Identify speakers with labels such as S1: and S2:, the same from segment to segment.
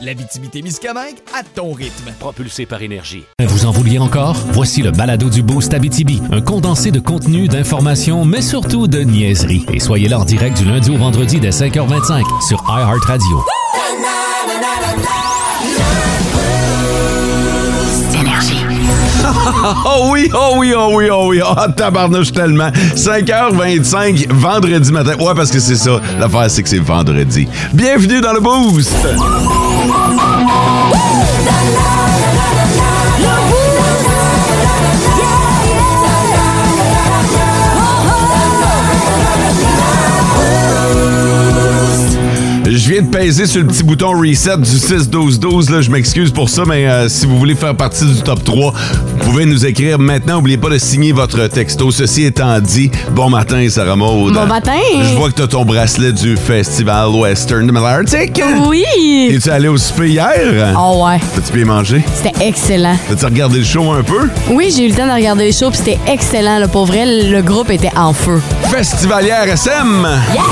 S1: L'Abitibi-Témiscamingue à ton rythme.
S2: propulsé par énergie.
S3: Vous en vouliez encore? Voici le balado du Boost Abitibi, un condensé de contenu, d'informations, mais surtout de niaiseries. Et soyez là en direct du lundi au vendredi dès 5h25 sur iHeartRadio.
S4: Oh oui, oh oui, oh oui, oh oui. Oh, tabarnouche tellement. 5h25, vendredi matin. Ouais, parce que c'est ça. L'affaire, c'est que c'est vendredi. Bienvenue dans le Boost. Je viens de peser sur le petit bouton reset du 6-12-12. là. Je m'excuse pour ça, mais euh, si vous voulez faire partie du top 3, vous pouvez nous écrire maintenant. N'oubliez pas de signer votre texto. Ceci étant dit, bon matin, Sarah Maud.
S5: Bon matin.
S4: Je vois que t'as ton bracelet du Festival Western de Malartic.
S6: Oh.
S5: Oui!
S4: Es-tu allé au souper hier?
S5: Oh ouais,
S4: T'as-tu bien mangé?
S5: c'était excellent.
S4: T'as-tu regardé le show un peu?
S5: Oui, j'ai eu le temps de regarder les shows, puis c'était excellent. Là, pour vrai, le groupe était en feu.
S4: Festivalière SM!
S5: Yeah!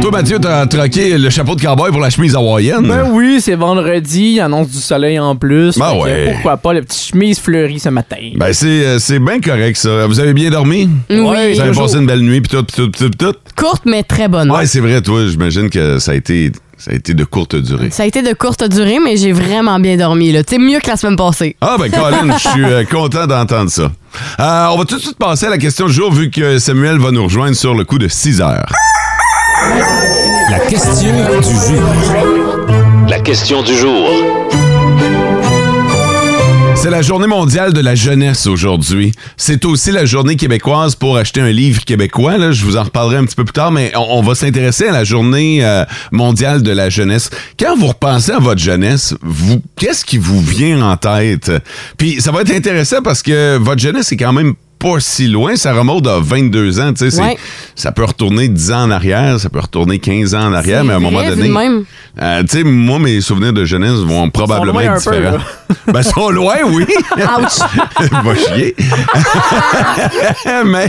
S4: Toi, Mathieu, t'as troqué le chapeau de cowboy pour la chemise hawaïenne.
S6: Ben oui, c'est vendredi, il annonce du soleil en plus.
S4: Mm. Ben
S6: Fait que
S4: ouais.
S6: Pourquoi pas, la petite chemise fleurie ce matin.
S4: Ben, c'est euh, c'est bien correct, ça. Vous avez bien dormi?
S6: Oui.
S4: Vous avez
S6: toujours.
S4: passé une belle nuit, pis tout, pis tout, pis tout, pis tout.
S5: Courte, mais très bonne.
S4: Ouais, c'est vrai, toi, j'imagine que ça a été ça a été de courte durée.
S5: Ça a été de courte durée, mais j'ai vraiment bien dormi. là. Tu sais, mieux que la semaine passée.
S4: Ah, ben, Colin, je suis euh, content d'entendre ça. Euh, on va tout de suite passer à la question du jour, vu que Samuel va nous rejoindre sur le coup de 6 heures.
S3: La question du jour.
S2: La question du jour.
S4: C'est la journée mondiale de la jeunesse aujourd'hui. C'est aussi la journée québécoise pour acheter un livre québécois. Là, je vous en reparlerai un petit peu plus tard, mais on, on va s'intéresser à la journée euh, mondiale de la jeunesse. Quand vous repensez à votre jeunesse, vous, qu'est-ce qui vous vient en tête? Puis ça va être intéressant parce que votre jeunesse est quand même pas si loin, ça remonte à 22 ans, tu sais, c'est-
S5: Ouais.
S4: ça peut retourner 10 ans en arrière, ça peut retourner 15 ans en arrière,
S5: C'est
S4: mais à un
S5: vrai,
S4: moment
S5: vu de
S4: donné,
S5: même.
S4: euh, tu sais, moi, mes souvenirs de jeunesse vont probablement
S6: loin
S4: être
S6: un peu,
S4: différents. ben, sont loin, oui. Va chier. mais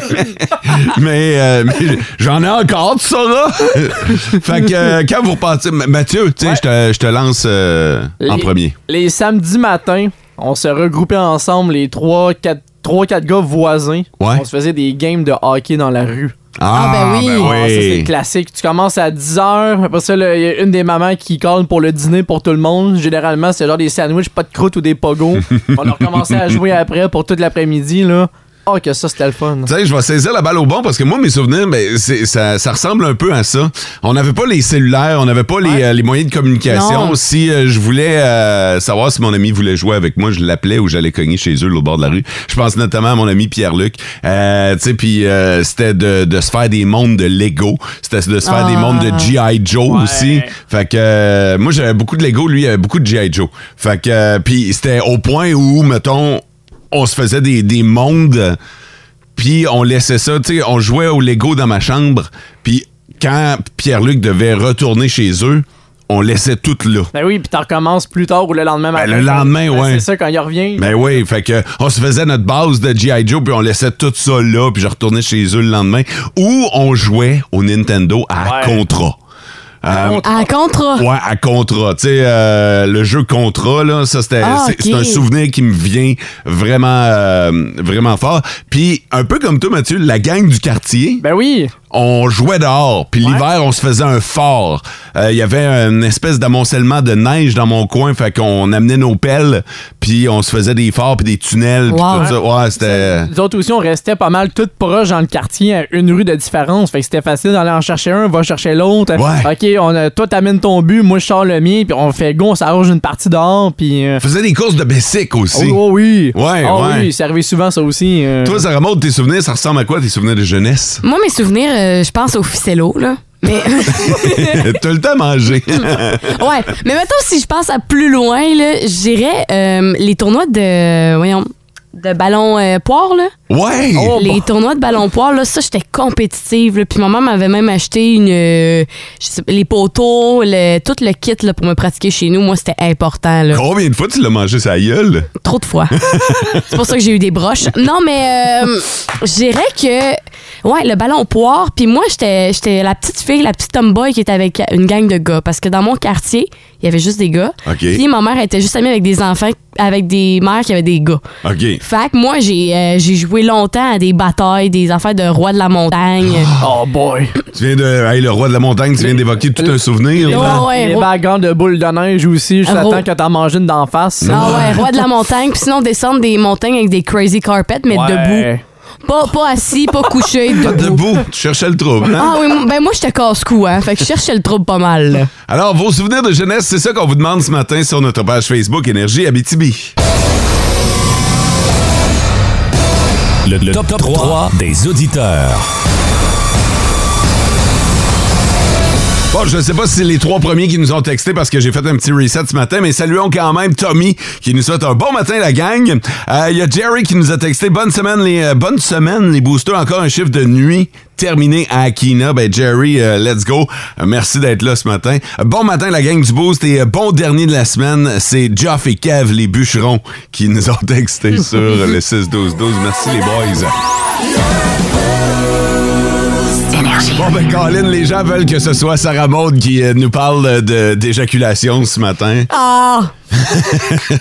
S4: mais, euh, mais j'en ai encore, tu sauras. fait que euh, quand vous repartez, M- Mathieu, tu sais, je te- je te lance euh, en
S6: Les-
S4: premier.
S6: Les samedis matins, on se regroupait ensemble, les 3-4 gars voisins.
S4: Ouais.
S6: On se faisait des games de hockey dans la rue.
S5: Ah, ben oui.
S6: Ah, ça, c'est classique. Tu commences à 10h, après ça, là, il y a une des mamans qui colle pour le dîner pour tout le monde. Généralement, c'est genre des sandwichs, pas de croûte ou des pogos. on a recommencé à jouer après pour toute l'après-midi, là. Ah, que ça, c'était le fun.
S4: Tu sais, je vais saisir la balle au bon parce que moi, mes souvenirs, ben, c'est- ça, ça ressemble un peu à ça. On n'avait pas les cellulaires, on n'avait pas les, euh, les moyens de communication.
S5: Non.
S4: Si euh, je voulais euh, savoir si mon ami voulait jouer avec moi, je l'appelais ou j'allais cogner chez eux, au bord de la rue. Je pense notamment à mon ami Pierre-Luc. Euh, tu sais, puis euh, c'était de, de se faire des mondes de Lego. C'était de se faire des
S5: Ah.
S4: mondes de G.I. Joe aussi. Fait que euh, moi, j'avais beaucoup de Lego, lui, il avait beaucoup de G.I. Joe. Fait que, euh, puis c'était au point où, mettons, on se faisait des, des mondes puis on laissait ça, tu sais, on jouait au Lego dans ma chambre, puis quand Pierre-Luc devait retourner chez eux, on laissait tout là.
S6: Ben oui, puis t'en recommences plus tard ou le lendemain matin.
S4: le lendemain,
S6: Ben,
S4: ouais.
S6: C'est ça, quand il revient.
S4: Ben oui, fait que on se faisait notre base de G.I. Joe, puis on laissait tout ça là, puis je retournais chez eux le lendemain, ou on jouait au Nintendo à
S6: Ouais.
S4: contrat. Euh,
S5: À contre,
S4: Ouais, à contrat. Tu sais, euh, le jeu contrat, là, ça, c'était
S5: Ah,
S4: c'est-
S5: ok.
S4: c'est un souvenir qui me vient vraiment, euh, vraiment fort. Puis, un peu comme toi, Mathieu, la gang du quartier,
S6: Ben oui.
S4: on jouait dehors, puis l'hiver, on se faisait un fort. Euh, Il y avait une espèce d'amoncellement de neige dans mon coin, fait qu'on amenait nos pelles, puis on se faisait des forts, puis des tunnels, puis
S5: Wow.
S4: tout ça. Ouais, c'était...
S6: Nous autres aussi, on restait pas mal toutes proches dans le quartier, à une rue de différence. Fait que c'était facile d'aller en chercher un, va chercher l'autre.
S4: Ouais.
S6: OK, on a, toi, t'amènes ton but, moi, je sors le mien, puis on fait go, on s'arrange une partie dehors, puis. euh,
S4: On faisait des courses de bicycle
S6: oh,
S4: aussi.
S6: oh oui.
S4: Ouais,
S6: oh,
S4: ouais.
S6: oui, c'est arrivé souvent, ça aussi. euh.
S4: Toi, ça remonte tes souvenirs, ça ressemble à quoi tes souvenirs de jeunesse?
S5: Moi, mes souvenirs euh, je pense au ficello, là. Mais,
S4: T'as le temps à manger.
S5: ouais. Mais mettons, si je pense à plus loin, là, j'irais euh, les tournois de. Voyons. De ballon euh, poire, là.
S4: ouais!
S5: les tournois de ballon poire, là, ça, j'étais compétitive. là. Puis ma maman m'avait même acheté une, euh, je sais pas, les poteaux, le- tout le kit là, pour me pratiquer chez nous. Moi, c'était important. Là.
S4: Combien de fois tu l'as mangé sa gueule?
S5: Trop de fois. C'est pour ça que j'ai eu des broches. Non, mais euh, je dirais que, ouais, le ballon poire. Puis moi, j'étais j'étais la petite fille, la petite tomboy qui était avec une gang de gars. Parce que dans mon quartier, il y avait juste des gars.
S4: OK.
S5: Puis ma mère était juste amie avec des enfants, avec des mères qui avaient des gars.
S4: OK.
S5: Fait que moi, j'ai euh, j'ai joué longtemps à des batailles, des affaires de roi de la montagne.
S6: Oh boy.
S4: Tu viens de. Hey, le roi de la montagne, tu viens d'évoquer tout un souvenir.
S5: Ouais,
S4: là.
S5: ouais,
S6: les
S5: roi-
S6: wagons de boules de neige aussi, je
S5: Ah,
S6: t'attends
S5: ro-
S6: que t'en manges une d'en face.
S5: Ah ouais, roi de la montagne. Puis sinon, descendre des montagnes avec des crazy carpets, mais
S6: Ouais.
S5: debout. Pas, pas assis, pas couché, debout.
S4: Debout, tu cherchais le trouble. hein?
S5: Ah oui, moi- ben moi, j'étais casse-cou, hein. Fait que je cherchais le trouble pas mal. là.
S4: Alors, vos souvenirs de jeunesse, c'est ça qu'on vous demande ce matin sur notre page Facebook Énergie Abitibi.
S3: Le, le top, 3 des auditeurs.
S4: Bon, je sais pas si c'est les trois premiers qui nous ont texté parce que j'ai fait un petit reset ce matin, mais saluons quand même Tommy qui nous souhaite un bon matin, la gang. Euh, Il y a Jerry qui nous a texté Bonne semaine, les, euh, bonne semaine, les boosters. Encore un chiffre de nuit terminé à Akina. Ben, Jerry, euh, let's go. Euh, merci d'être là ce matin. Euh, bon matin, la gang du boost et euh, bon dernier de la semaine. C'est Geoff et Kev, les bûcherons, qui nous ont texté sur le 6-12-12. Merci, les boys. Bon ben Colin, les gens veulent que ce soit Sarah Maud qui euh, nous parle euh, de d'éjaculation ce matin.
S5: Ah!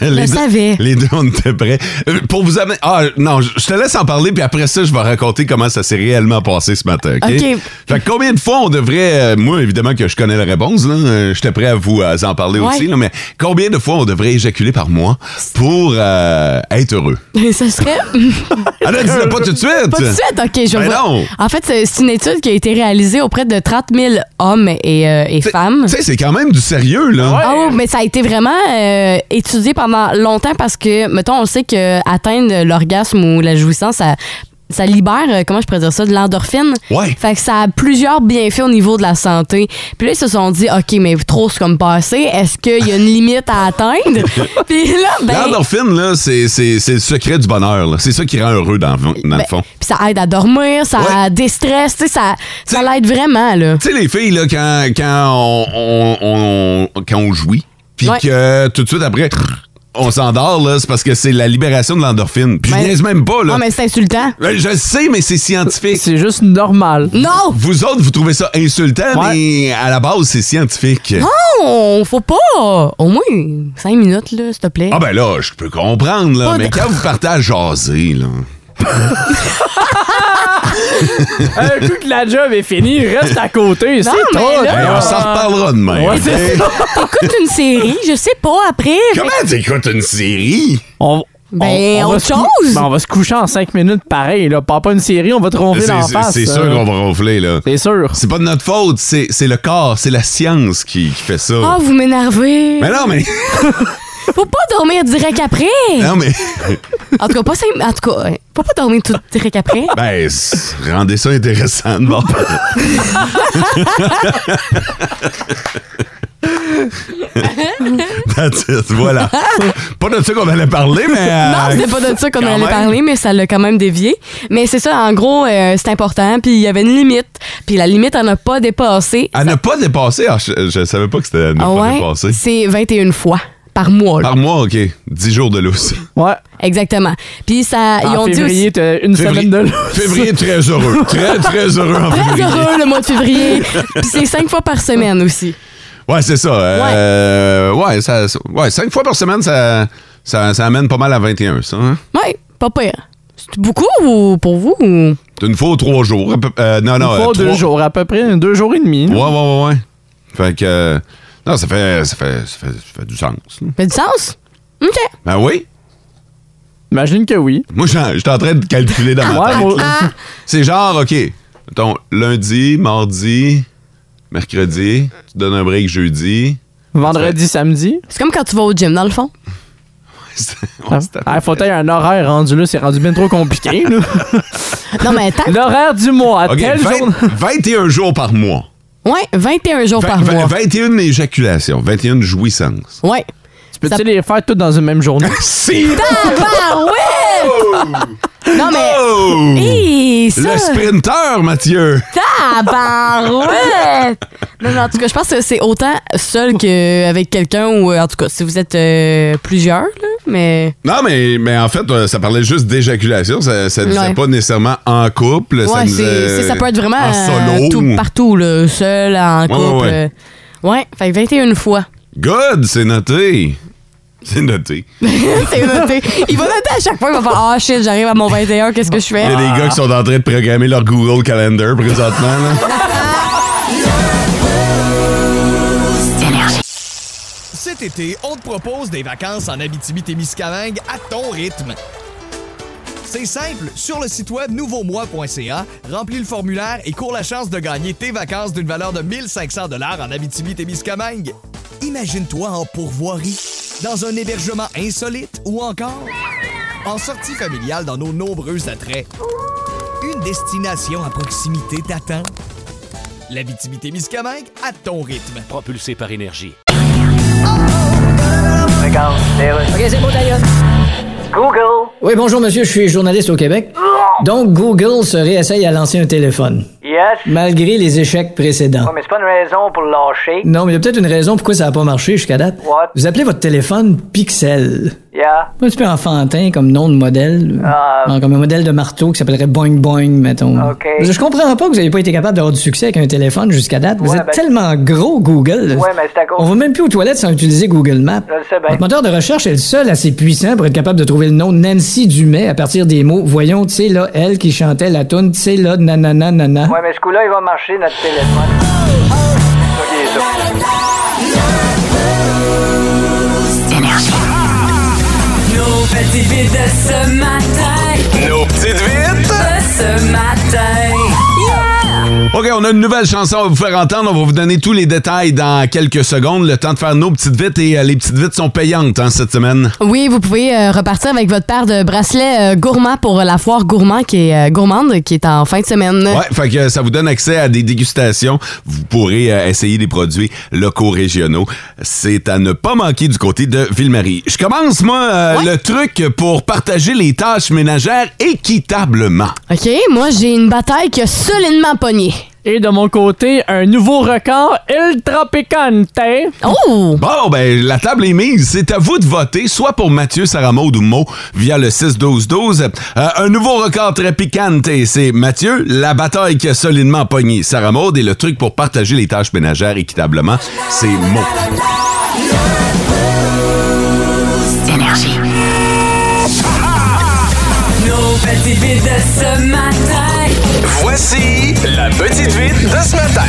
S4: les deux,
S5: savais.
S4: Les deux, on était prêts. Euh, Pour vous amener... Ah non, je je te laisse en parler, puis après ça, je vais raconter comment ça s'est réellement passé ce matin, OK?
S5: OK.
S4: Fait que combien de fois on devrait... euh, moi, évidemment que je connais la réponse, là. euh, J'étais prêt à vous euh, en parler
S5: Ouais.
S4: aussi, là, mais combien de fois on devrait éjaculer par mois pour euh, être heureux?
S5: Ça serait.
S4: Ah non, dis-le pas tout de suite!
S5: Pas tout de suite, ok, je
S4: Ben
S5: vois.
S4: non.
S5: En fait, c'est- c'est une étude qui a été réalisée auprès de 30 000 hommes et, euh, et
S4: Tu
S5: femmes.
S4: sais, c'est quand même du sérieux, là.
S5: Ah oui, mais ça a été vraiment euh, étudié pendant longtemps parce que, mettons, on le sait que atteindre l'orgasme ou la jouissance, ça, ça libère, euh, comment je pourrais dire ça, de l'endorphine.
S4: Ouais.
S5: Fait que ça a plusieurs bienfaits au niveau de la santé. Puis là, ils se sont dit, OK, mais trop, c'est comme passé. Est-ce qu'il y a une limite à atteindre? Puis là, ben.
S4: L'endorphine, là, c'est, c'est, c'est le secret du bonheur. là. C'est ça qui rend heureux dans, dans le
S5: ben,
S4: fond.
S5: Puis ça aide à dormir, ça
S4: Ouais.
S5: déstresse, tu sais, ça, ça
S4: Tu-
S5: l'aide vraiment, là.
S4: Tu sais, les filles, là, quand, quand, on, on- on- quand on jouit, puis
S5: Ouais.
S4: que tout de suite après, on s'endort, là, c'est parce que c'est la libération de l'endorphine. Puis
S5: Ben,
S4: je niaise même pas, là.
S5: Non, mais c'est insultant.
S4: Ben, Je le sais, mais c'est scientifique.
S6: C'est juste normal.
S5: Non!
S4: Vous autres, vous trouvez ça insultant,
S6: Ouais.
S4: mais à la base, c'est scientifique.
S5: Non! Faut pas! Au moins 5 minutes, là, s'il te plaît.
S4: Ah ben là, je peux comprendre, là,
S5: Pas
S4: mais
S5: de-
S4: quand vous partez à jaser, là...
S6: Un coup que Euh, la job est finie, reste à côté, c'est
S5: mais
S6: toi.
S5: là-
S4: ben, on s'en reparlera demain.
S6: Ouais, c'est ça.
S5: Écoute une série, je sais pas, après.
S4: Comment t'écoutes une série?
S6: On,
S5: Ben,
S6: va
S5: autre
S6: se cou-
S5: chose.
S6: Ben, on va se coucher en 5 minutes pareil. Là. Pas, pas une série, on va te ronfler
S4: C'est
S6: d'en face.
S4: c'est sûr
S6: euh.
S4: qu'on va ronfler, là.
S6: C'est sûr.
S4: C'est pas de notre faute, c'est c'est le corps, c'est la science qui, qui fait ça.
S5: Ah, vous m'énervez.
S4: mais non, mais.
S5: Faut pas dormir direct après.
S4: Non, mais.
S5: En tout cas, pas cinq- En tout cas, ouais. faut pas dormir tout direct après.
S4: Ben, s- rendez ça intéressant de bord. That's it, voilà. Pas de ça qu'on allait parler, mais. euh,
S5: Non, c'était pas de ça qu'on
S4: quand
S5: allait
S4: même.
S5: parler, mais ça l'a quand même dévié. Mais c'est ça, en gros, euh, c'est important. Puis il y avait une limite. Puis la limite, on n'a pas dépassé.
S4: À ne pas dépasser, ah, je, je savais pas que c'était à ne
S5: Ah
S4: pas
S5: ouais,
S4: dépasser.
S5: c'est 21 fois par mois. là.
S4: Par mois, OK. 10 jours de lousse.
S6: Ouais.
S5: Exactement. Puis ça, ils
S6: En
S5: ont dit
S6: février,
S5: aussi...
S6: t'as une
S4: Ah. Février, Ah,
S6: semaine de là.
S4: février, très heureux. Très, très heureux en
S5: Très
S4: février.
S5: heureux le mois de février. Puis c'est cinq fois par semaine aussi.
S4: Ouais, c'est ça. Euh, ouais. ça. Ouais, cinq fois par semaine, ça, ça, ça amène pas mal à 21, ça. hein?
S5: Ouais, pas pire. C'est beaucoup ou pour vous? ou-
S4: Une fois ou trois jours. à peu- euh, non, non.
S6: Une fois,
S4: euh,
S6: deux
S4: trois-
S6: jours, à peu près, deux jours et demi.
S4: Ouais, ouais, ouais, ouais. Fait que. euh, non, ça fait, ça, fait, ça, fait, ça fait du sens. là.
S5: Fait du sens? OK.
S4: Ben oui.
S6: Imagine que oui.
S4: Moi, j'en- j'étais en train de calculer dans ma
S6: Ouais,
S4: tête.
S6: moi-
S4: là. C'est genre, OK. Mettons, lundi, mardi, mercredi, tu donnes un break jeudi.
S6: Vendredi, samedi.
S5: C'est comme quand tu vas au gym, dans le fond.
S4: c'est-
S6: Ah,
S4: ouais, c'est-
S6: ah, faut tailler un horaire rendu là, c'est rendu bien trop compliqué. là.
S5: Non, mais tant.
S6: L'horaire du mois, à
S4: OK,
S6: telle
S4: 20
S6: journée.
S4: 21 jours par mois.
S5: Ouais, 21 jours par
S4: Vingt-
S5: mois.
S4: vingt- 21 éjaculations, 21 jouissances.
S5: Ouais.
S6: Tu peux-tu les faire toutes dans une même journée?
S4: Si!
S5: Tabarouette! non, mais.
S4: Ah, bah Oh!
S5: Hey, ça,
S4: Le sprinteur, Mathieu!
S5: tabarouette! Non, mais en tout cas, je pense que c'est autant seul qu'avec quelqu'un ou, euh, en tout cas, si vous êtes euh, plusieurs, là, mais.
S4: Non, mais, mais en fait, euh, ça parlait juste d'éjaculation. Ça ne disait
S5: Ouais.
S4: pas nécessairement en couple. ça,
S5: Ouais,
S4: disait,
S5: c'est- c'est- ça peut être vraiment
S4: en
S5: euh,
S4: solo.
S5: tout- partout, là, seul, en
S4: Ouais, ouais,
S5: couple. euh.
S4: ouais.
S5: Ouais, fait que 21 fois.
S4: Good, c'est noté. C'est noté.
S5: C'est noté. Il va noter à chaque fois, il va faire Ah shit, j'arrive à mon 21, qu'est-ce que je fais?
S4: Il y a des gars qui sont en train de programmer leur Google Calendar présentement. là.
S1: Cet été, on te propose des vacances en Abitibi-Témiscamingue à ton rythme. C'est simple, sur le site web nouveaumois.ca, remplis le formulaire et cours la chance de gagner tes vacances d'une valeur de 1500 dollars en Abitibi-Témiscamingue. Imagine-toi en pourvoirie, dans un hébergement insolite ou encore en sortie familiale dans nos nombreux attraits. Une destination à proximité t'attend. L'Abitibi-Témiscamingue à ton rythme.
S2: Propulsé par énergie.
S7: Oui, bonjour monsieur, je suis journaliste au Québec. Donc Google se réessaye à lancer un téléphone,
S8: Yes.
S7: malgré les échecs précédents.
S8: mais c'est pas une raison pour lâcher.
S7: Non, mais il y a peut-être une raison pourquoi ça n'a pas marché jusqu'à date.
S8: What?
S7: Vous appelez votre téléphone Pixel.
S8: Yeah.
S7: Un petit peu enfantin comme nom de modèle.
S8: Ah.
S7: Non, comme un modèle de marteau qui s'appellerait Boing Boing, mettons.
S8: OK.
S7: Je comprends pas que vous n'ayez pas été capable d'avoir du succès avec un téléphone jusqu'à date. Vous
S8: Ouais,
S7: êtes
S8: ben-
S7: tellement gros, Google.
S8: Ouais, mais c'est à cause-
S7: On va même plus aux toilettes sans utiliser Google Maps.
S8: Je le sais bien.
S7: Votre moteur de recherche est le seul assez puissant pour être capable de trouver le nom de Nancy Dumais à partir des mots. Voyons, tu sais, là, elle qui chantait la toune, tu sais, là, nanana, nana.
S8: Ouais, mais ce coup-là, il va marcher notre téléphone.
S9: Nos petites vites de ce matin.
S4: Nos petites vites!
S9: De ce matin.
S4: OK, on a une nouvelle chanson à vous faire entendre. On va vous donner tous les détails dans quelques secondes. Le temps de faire nos petites vites et euh, les petites vites sont payantes hein, cette semaine.
S5: Oui, vous pouvez euh, repartir avec votre paire de bracelets euh, gourmands pour la foire gourmand qui est euh, gourmande qui est en fin de semaine.
S4: Ouais, fait que ça vous donne accès à des dégustations. Vous pourrez euh, essayer des produits locaux régionaux. C'est à ne pas manquer du côté de Ville-Marie. Je commence, moi, euh, le truc pour partager les tâches ménagères équitablement.
S5: OK, moi j'ai une bataille qui a solidement pogné.
S6: Et de mon côté, un nouveau record ultra picante.
S5: Oh!
S4: Bon, ben, la table est mise. C'est à vous de voter, soit pour Mathieu, Sarah Maud ou Mo, via le 6-12-12. Euh, un nouveau record très piquant, et c'est Mathieu, la bataille qui a solidement pogné Sarah Maud et le truc pour partager les tâches ménagères équitablement, c'est Mo.
S9: Nos petites vites de ce matin.
S10: Voici la petite vite de ce matin.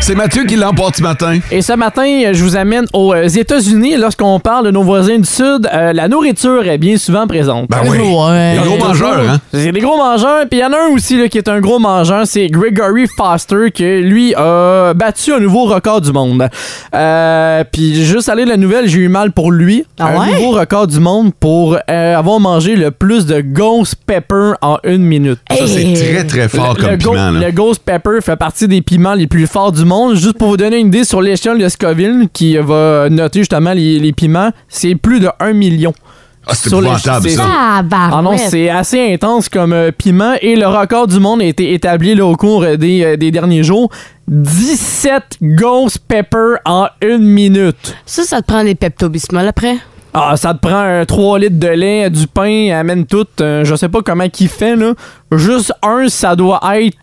S4: C'est Mathieu qui l'emporte ce matin.
S6: Et ce matin, euh, je vous amène aux euh, États-Unis. Lorsqu'on parle de nos voisins du Sud, euh, la nourriture est bien souvent présente.
S4: Ben oui.
S5: Ouais.
S4: Les gros mangeurs, hein?
S6: C'est des gros mangeurs, puis il y en a un aussi là, qui est un gros mangeur, c'est Gregory Foster, qui lui a battu un nouveau record du monde. Euh, puis juste aller la nouvelle, j'ai eu mal pour lui.
S5: Ah
S6: un
S5: ouais?
S6: nouveau record du monde pour euh, avoir mangé le plus de ghost pepper en une minute.
S4: Ça, c'est
S5: Hey.
S4: très, très fort
S6: euh, Le-
S4: comme
S6: le, go-
S4: piment, là. Ben,
S6: le Ghost Pepper fait partie des piments les plus forts du monde. Juste pour vous donner une idée sur l'échelle de Scoville, qui va noter justement les, les piments, c'est plus de 1 million.
S4: Ah, c'est
S6: Sur le-
S4: épouvantable,
S6: c'est-
S4: ça.
S5: Tabarouette.
S6: Ah non, c'est assez intense comme euh, piment et le record du monde a été établi là, au cours euh, des, euh, des derniers jours. 17 Ghost Pepper en une minute.
S5: Ça, ça te prend des Pepto-Bismol après?
S6: Ah, ça te prend un 3 litres de lait, du pain, amène tout. euh, je sais pas comment qu'il fait, là. Juste un, ça doit être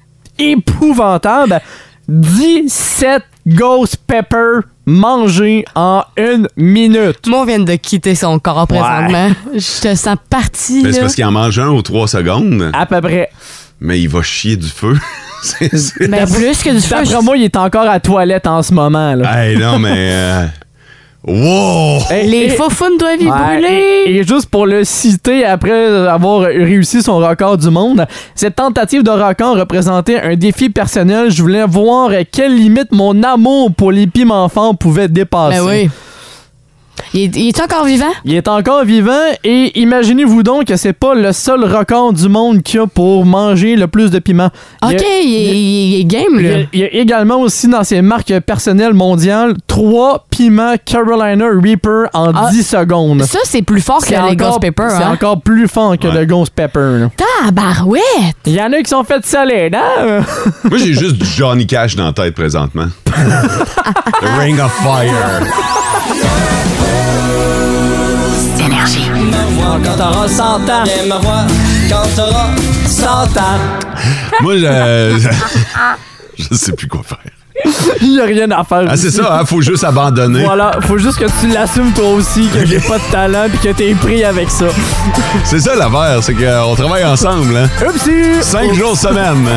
S6: épouvantable. 17 ghost pepper mangés en une minute.
S5: Moi, on vient de quitter son corps présentement. Je te sens parti,
S4: Mais c'est
S5: là.
S4: parce qu'il en mange un ou trois secondes,
S6: À peu près.
S4: mais il va chier du feu. C'est- c'est-
S6: ben-
S5: Mais Ben, plus que du feu.
S6: D'après
S5: je-
S6: moi, il est encore à toilette en ce moment, là.
S4: Hey, non, mais... euh, Wow!
S6: Et-
S5: Les
S6: et-
S5: faux faunes doivent y
S6: Ouais,
S5: brûler.
S6: Et, et juste pour le citer, après avoir réussi son record du monde, cette tentative de record représentait un défi personnel. Je voulais
S4: Ah,
S6: voir quelle limite mon amour pour les piments forts pouvait dépasser.
S5: Ben oui. Ben Il est, il est encore vivant?
S6: Il est encore vivant et imaginez-vous donc que c'est pas le seul record du monde qu'il y a pour manger le plus de piment. Il y a-
S5: OK, il est, il est game,
S6: Il y, a,
S5: là.
S6: il y a également aussi dans ses marques personnelles mondiales trois piments Carolina Reaper en
S5: Ah,
S6: 10 secondes.
S5: Ça, c'est plus fort que
S6: C'est
S5: les Ghost
S6: encore,
S5: Pepper,
S6: c'est
S5: hein?
S6: encore plus fort que le Ghost Pepper. là.
S5: Tabarouette!
S6: Il y en a qui sont faites solides, hein?
S4: Moi, j'ai juste du Johnny Cash dans la tête présentement. The Ring of Fire.
S6: Quand t'auras 100 ans, viens me voir. Quand t'auras 100 ans.
S4: Moi, je... je sais plus quoi faire.
S6: Il y a rien à faire.
S4: Ah, c'est
S6: ici.
S4: ça, hein, faut juste abandonner.
S6: Voilà, faut juste que tu l'assumes toi aussi, que j'ai pas de talent pis que t'es pris avec ça.
S4: C'est ça l'affaire, c'est qu'on travaille ensemble. Hein?
S6: Oupsie!
S4: Cinq jours semaine.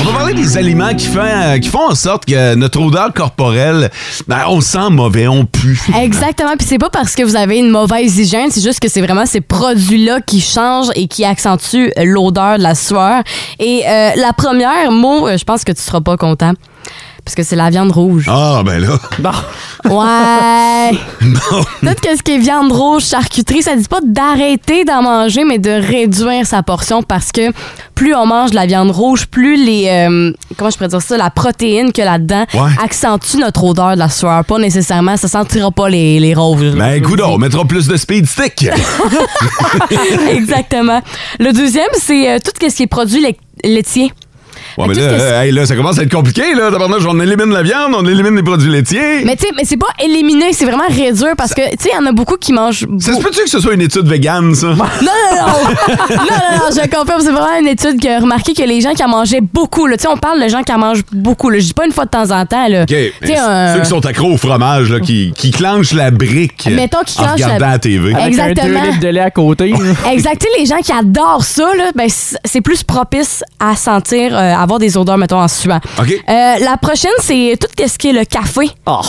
S4: On va parler des aliments qui font, euh, qui font en sorte que notre odeur corporelle, ben, on sent mauvais, on pue.
S5: Exactement. Puis c'est pas parce que vous avez une mauvaise hygiène, c'est juste que c'est vraiment ces produits-là qui changent et qui accentuent l'odeur de la sueur. Et euh, la première mot, euh, je pense que tu seras pas content. Parce que c'est la viande rouge.
S4: Ah, ben là.
S6: Bon, Ah.
S5: Ouais. Tout que ce qui est viande rouge, charcuterie, ça dit pas d'arrêter d'en manger, mais de réduire sa portion parce que plus on mange de la viande rouge, plus les euh, comment je pourrais dire ça, la protéine que là-dedans
S4: Ouais.
S5: accentue notre odeur de la sueur. Pas nécessairement, ça sentira pas les, les roses.
S4: Ben, écoute, on mettra plus de speed stick. hein.
S5: Exactement. Le deuxième, c'est euh, tout ce qui est produit lait- laitier.
S4: Ouais,
S5: Mais
S4: mais
S5: tout
S4: là,
S5: ce que c'est-
S4: euh, hey, là, ça commence à être compliqué, là. Tabarnak, on élimine la viande, on élimine les produits laitiers.
S5: Mais tu sais, mais c'est pas éliminer, c'est vraiment réduire parce que, tu sais, il y en a beaucoup qui mangent.
S4: Ça se
S5: beau-
S4: peut-tu que ce soit une étude végane, ça?
S5: Non, non, non! non, non, non, je confirme. C'est vraiment une étude qui a remarqué que les gens qui en mangeaient beaucoup, là, tu sais, on parle de gens qui en mangent beaucoup, là. Je dis pas une fois de temps en temps, là.
S4: OK. mais
S5: Tu sais, un- Ah,
S4: Ceux qui sont accros au fromage, là, qui, qui clenchent la brique
S5: Mettons qu'ils
S4: en
S5: clenchent la-
S4: regardant la TV.
S5: Hey.
S6: avec
S5: Exactement.
S6: un 2 litres de lait à côté.
S5: Exact. Tu sais, les gens qui adorent ça, là, ben, c- c'est plus propice à sentir, euh, avoir des odeurs, mettons, en suant.
S4: OK.
S5: Euh, la prochaine, c'est tout ce qui est le café.
S6: oh,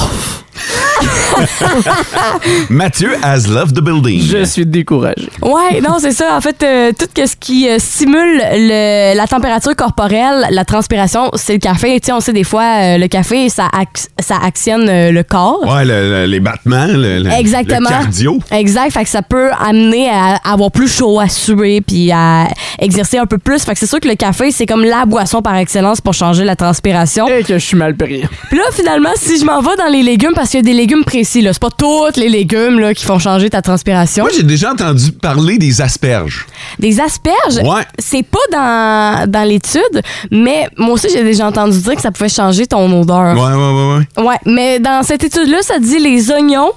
S4: Mathieu has loved the building.
S6: je suis découragé.
S5: Ouais, non, c'est ça. En fait, euh, tout ce qui euh, stimule le- la température corporelle, la transpiration, c'est le café. Tu sais, on sait des fois, euh, le café, ça, ac- ça actionne euh, le corps.
S4: Ouais, le- le- les battements, le, le-
S5: Exactement.
S4: le cardio.
S5: Exact. Fait que ça peut amener à avoir plus chaud à suer puis à exercer un peu plus. Fait que c'est sûr que le café, c'est comme la boisson par excellence pour changer la transpiration.
S6: Et que je suis mal pris.
S5: Puis là, finalement, si je m'en vais dans les légumes, parce qu'il y a des légumes précis, là. C'est pas tous les légumes, là, qui font changer ta transpiration.
S4: Moi, j'ai déjà entendu parler des asperges.
S5: Des asperges,
S4: Ouais.
S5: c'est pas dans, dans l'étude, mais moi aussi, j'ai déjà entendu dire que ça pouvait changer ton odeur.
S4: Ouais, ouais, ouais, ouais.
S5: Ouais, mais dans cette étude-là, ça dit les oignons,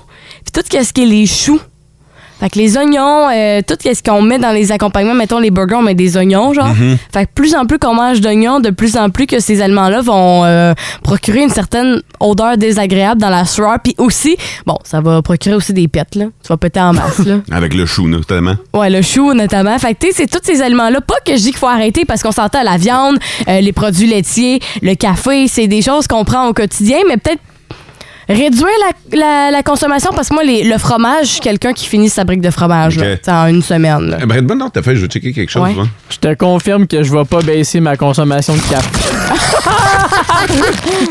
S5: puis tout ce qui est les choux. Fait que les oignons, euh, tout ce qu'on met dans les accompagnements, mettons les burgers, on met des oignons, genre. Fait que plus en plus qu'on mange d'oignons, de plus en plus que ces aliments-là vont euh, procurer une certaine odeur désagréable dans la sueur. Puis aussi, bon, ça va procurer aussi des pets, là. Tu vas péter en masse, là.
S4: Avec le chou, notamment.
S5: Ouais, le chou notamment. Fait que, tu sais, c'est tous ces aliments-là. Pas que je dis qu'il faut arrêter parce qu'on s'entend la viande, euh, les produits laitiers, le café, c'est des choses qu'on prend au quotidien, mais peut-être réduire la, la- la consommation parce que moi, les- le fromage, je suis quelqu'un qui finit sa brique de fromage
S4: Ok.
S5: là, tu sais, en une semaine. là.
S4: Eh Ben, bonne t'as fait, je vais checker quelque chose.
S5: Ouais.
S4: hein.
S6: Je te confirme que je vais pas baisser ma consommation de café.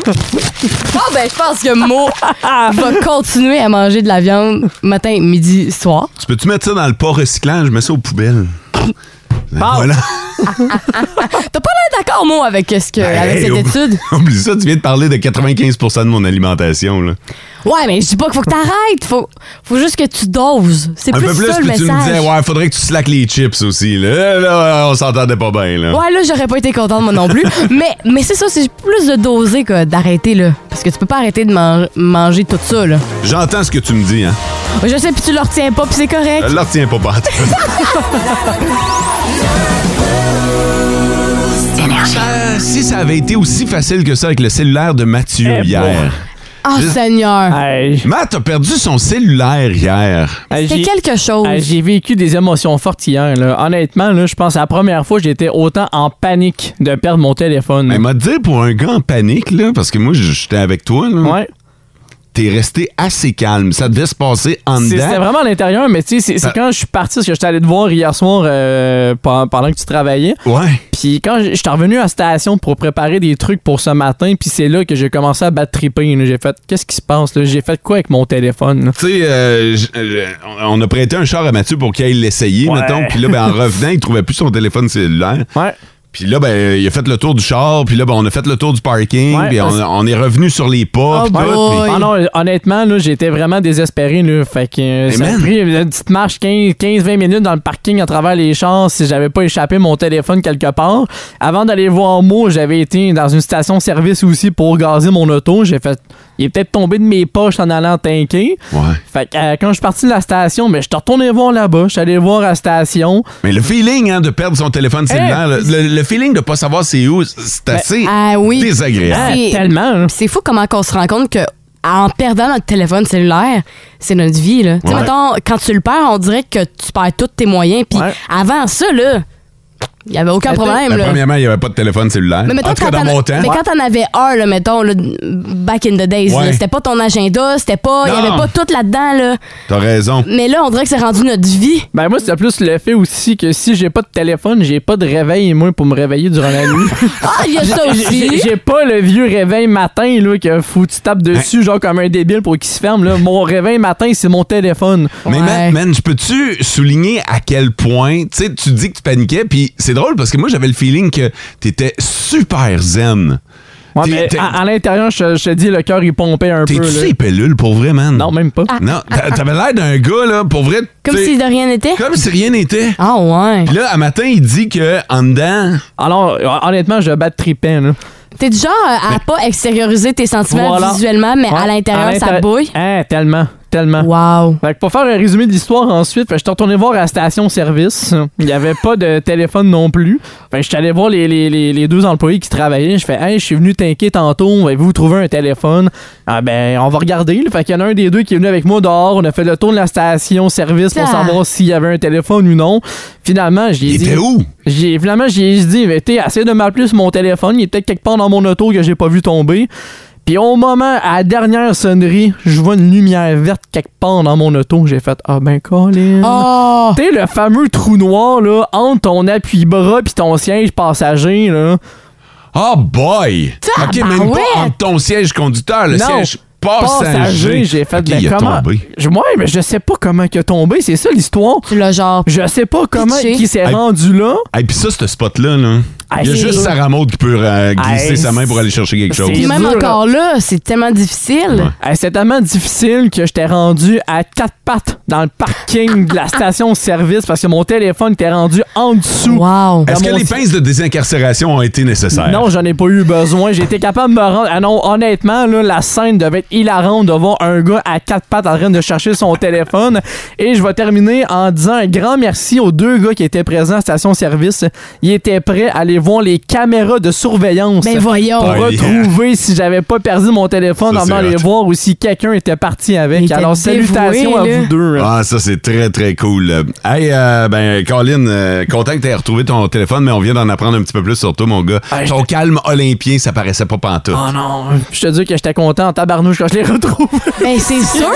S5: Ah, ben, je pense que Mo va continuer à manger de la viande matin, midi, soir.
S4: Tu peux-tu mettre ça dans le pot recyclage? Je mets ça aux poubelles. Voilà.
S5: T'as pas l'air d'accord, Mo, avec, ce que, avec
S4: Ben, Hey,
S5: cette
S4: oublie-
S5: étude?
S4: Oublie ça, tu viens de parler de 95 de mon alimentation. Là.
S5: Ouais, mais je dis pas qu'il faut que t'arrêtes. Faut, faut juste que tu doses. C'est
S4: Un
S5: plus,
S4: peu plus,
S5: ça le
S4: puis tu me
S5: message.
S4: disais, ouais, faudrait que tu slackes les chips aussi. Là, là on s'entendait pas bien. Là.
S5: Ouais, là, j'aurais pas été contente, moi non plus. mais mais c'est ça, c'est plus de doser que d'arrêter, là. Parce que tu peux pas arrêter de man- manger tout ça, là.
S4: J'entends ce que tu me dis. Hein. Euh,
S5: Je sais, puis tu le retiens pas, puis c'est correct.
S4: Je la retiens pas, Pat. Euh, Si ça avait été aussi facile que ça avec le cellulaire de Mathieu
S6: Eh,
S4: hier.
S5: Oh,
S4: je-
S5: Seigneur.
S6: Hey,
S4: Matt a perdu son cellulaire hier.
S6: hey,
S5: C'est
S6: j'ai-
S5: quelque chose.
S6: hey, j'ai vécu des émotions fortes hier. là. Honnêtement, là, je pense que c'est la première fois que j'étais autant en panique de perdre mon téléphone.
S4: Elle m'a dit pour un gars en panique, là, parce que moi j'étais avec toi, là.
S6: Ouais.
S4: t'es resté assez calme. Ça devait se passer en
S6: C'est- C'était
S4: dedans. Ben
S6: vraiment à l'intérieur, mais tu sais, c'est- c'est
S4: Ça-
S6: quand je suis parti, parce que j'étais allé te voir hier soir euh, pen- pendant que tu travaillais.
S4: Ouais.
S6: Puis quand j- j'étais revenu à la station pour préparer des trucs pour ce matin, puis c'est là que j'ai commencé à battre tripping. là. J'ai fait, qu'est-ce qui se passe? là? J'ai fait quoi avec mon téléphone? là?
S4: Tu sais, euh, j- euh, on a prêté un char à Mathieu pour qu'il aille l'essayer,
S6: Ouais.
S4: mettons. Puis là, ben, en revenant, il trouvait plus son téléphone cellulaire.
S6: Ouais.
S4: Puis là, ben, il a fait le tour du char, puis là, ben, on a fait le tour du parking,
S6: Ouais,
S4: puis on,
S6: parce-
S4: on est revenu sur les
S5: Oh,
S4: pas. puis tout, puis-
S6: Ah non, honnêtement, là, j'étais vraiment désespéré. Là, fait que euh, ça a
S4: man.
S6: pris une petite marche 15 15-20 minutes dans le parking à travers les champs si j'avais pas échappé mon téléphone quelque part. Avant d'aller voir Mo, j'avais été dans une station-service aussi pour gazer mon auto. J'ai fait. Il est peut-être tombé de mes poches en allant tanker.
S4: Ouais.
S6: Fait que euh, quand je suis parti de la station, mais je suis retourné voir là-bas. Je suis allé voir à la station.
S4: Mais le feeling hein, de perdre son téléphone
S6: Eh,
S4: cellulaire, le- le, le feeling de pas savoir c'est où, c'est assez
S5: Ah oui.
S4: désagréable.
S5: C'est-
S6: Tellement. hein.
S5: C'est fou comment on se rend compte que en perdant notre téléphone cellulaire, c'est notre vie. Là. Tu sais,
S4: Ouais.
S5: mettons, quand tu le perds, on dirait que tu perds tous tes moyens. Puis avant ça, là, il n'y avait aucun
S6: Mais t'es-
S5: problème.
S4: Ben,
S5: là.
S4: premièrement, il n'y avait pas de téléphone cellulaire.
S5: Mais mettons,
S4: en tout cas,
S5: quand
S4: dans
S5: t'en-
S4: mon temps.
S5: mais quand t'en avais un, là, mettons, là, back in the days,
S4: Ouais.
S5: là, c'était pas ton agenda, c'était pas. Il n'y
S4: Non.
S5: avait pas tout là-dedans, là.
S4: T'as raison.
S5: Mais là, on dirait que c'est rendu notre vie.
S6: Ben moi, c'était plus le fait aussi que si j'ai pas de téléphone, j'ai pas de réveil, moi, pour me réveiller durant la nuit.
S5: Ah, il y a ça
S6: J'ai- j'ai-
S5: aussi.
S6: J'ai pas le vieux réveil matin là que faut que tu tapes dessus genre comme un débile pour qu'il se ferme là. Mon réveil matin c'est mon téléphone.
S4: Mais
S5: Ouais.
S4: man, man, je peux-tu souligner à quel point, tu sais, tu dis que tu paniquais, puis c'est drôle parce que moi, j'avais le feeling que t'étais super zen.
S6: Ouais,
S4: T'es-
S6: mais
S4: t'es-
S6: à, à l'intérieur je, je te dis le cœur il pompait un peu.
S4: T'es-tu
S6: là.
S4: ces pellules pour vrai, man?
S6: Non même
S5: Ah.
S6: pas.
S4: Non, t'a- t'avais l'air d'un gars, là, pour vrai.
S5: Comme
S4: t'sais,
S5: si de rien n'était.
S4: Comme si rien n'était.
S5: Ah, ouais.
S4: Puis là, à matin, il dit que en dedans,
S6: Alors hon- honnêtement je bats tripin là.
S5: T'es du genre à pas extérioriser tes sentiments
S6: Voilà.
S5: visuellement, mais à
S6: Ouais.
S5: l'intérieur, ça
S6: l'intérie-
S5: bouille.
S6: Hein, tellement tellement.
S5: Wow.
S6: Fait que pour faire un résumé de l'histoire ensuite, fait que je suis retourné voir à la station-service. Il n'y avait pas de téléphone non plus. Fait que je suis allé voir les, les- les- les deux employés qui travaillaient. Je fais Hey, je suis venu t'inquiéter tantôt, avez-vous trouver un téléphone? Ah ben on va regarder. là. Fait qu'il y en a un des deux qui est venu avec moi dehors. On a fait le tour de la station-service pour
S5: Ah.
S6: savoir s'il y avait un téléphone ou non. Finalement, j'ai
S4: il
S6: dit.
S4: était où?
S6: J'ai finalement j'ai dit mais t'es assez de m'appeler sur mon téléphone, il est peut-être quelque part dans mon auto que j'ai pas vu tomber. Puis au moment à la dernière sonnerie, je vois une lumière verte quelque part dans mon auto, j'ai fait ah ben Colin.
S5: Oh!
S6: T'es le fameux trou noir là entre ton appui-bras puis ton siège passager là.
S4: Oh boy! Ok, même
S5: ouais.
S4: pas entre ton siège conducteur, Ah, le
S6: Non,
S4: siège passager.
S6: Passager, j'ai fait
S4: Ok,
S6: ben,
S4: il est
S6: comment
S4: tombé.
S6: Je- Ouais, mais je sais pas comment il a tombé, c'est ça l'histoire.
S5: Tu l'as genre.
S6: Je sais pas comment
S5: Pitché.
S6: qui s'est
S4: Hey.
S6: rendu là.
S4: Hey, puis ça, ce spot-là, là,
S6: Ah,
S4: il y a
S6: c'est-
S4: juste Sarah Maud qui peut euh, glisser
S6: Hey,
S4: sa main pour aller chercher quelque chose.
S5: Puis
S6: c'est
S5: même
S6: dur,
S5: encore là, c'est tellement difficile.
S6: Hey, Euh, c'est tellement difficile que j'étais rendu à quatre pattes dans le parking de la station-service parce que mon téléphone était rendu en dessous.
S5: Wow. Ben,
S4: Est-ce
S6: Dans
S4: que
S6: mon
S4: les
S6: si-
S4: pinces de désincarcération ont été nécessaires?
S6: Non, j'en ai pas eu besoin. J'ai été capable de me rendre. Ah non, honnêtement, là, la scène devait être hilarante de voir un gars à quatre pattes en train de chercher son téléphone. Et je vais terminer en disant un grand merci aux deux gars qui étaient présents à station-service. Ils étaient prêts à aller voir les caméras de surveillance.
S5: Ben voyons.
S6: pour
S4: Oh, yeah.
S6: retrouver si j'avais pas perdu mon téléphone
S4: Ça,
S6: en
S4: c'est
S6: allant
S4: hot.
S6: les voir ou si quelqu'un était parti avec.
S5: Il était
S6: Alors,
S5: dévoué,
S6: salutations à
S5: là.
S6: vous deux. hein.
S4: Ah, ça, c'est très, très cool. Euh, Hey, euh, ben, Colin, euh, content que t'aies retrouvé ton téléphone, mais on vient d'en apprendre un petit peu plus sur toi, mon gars.
S6: Hey,
S4: ton calme olympien, ça paraissait pas pantoute.
S6: Oh non, je te dis que j'étais content en tabarnouche quand je les retrouve.
S5: Ben, c'est sûr.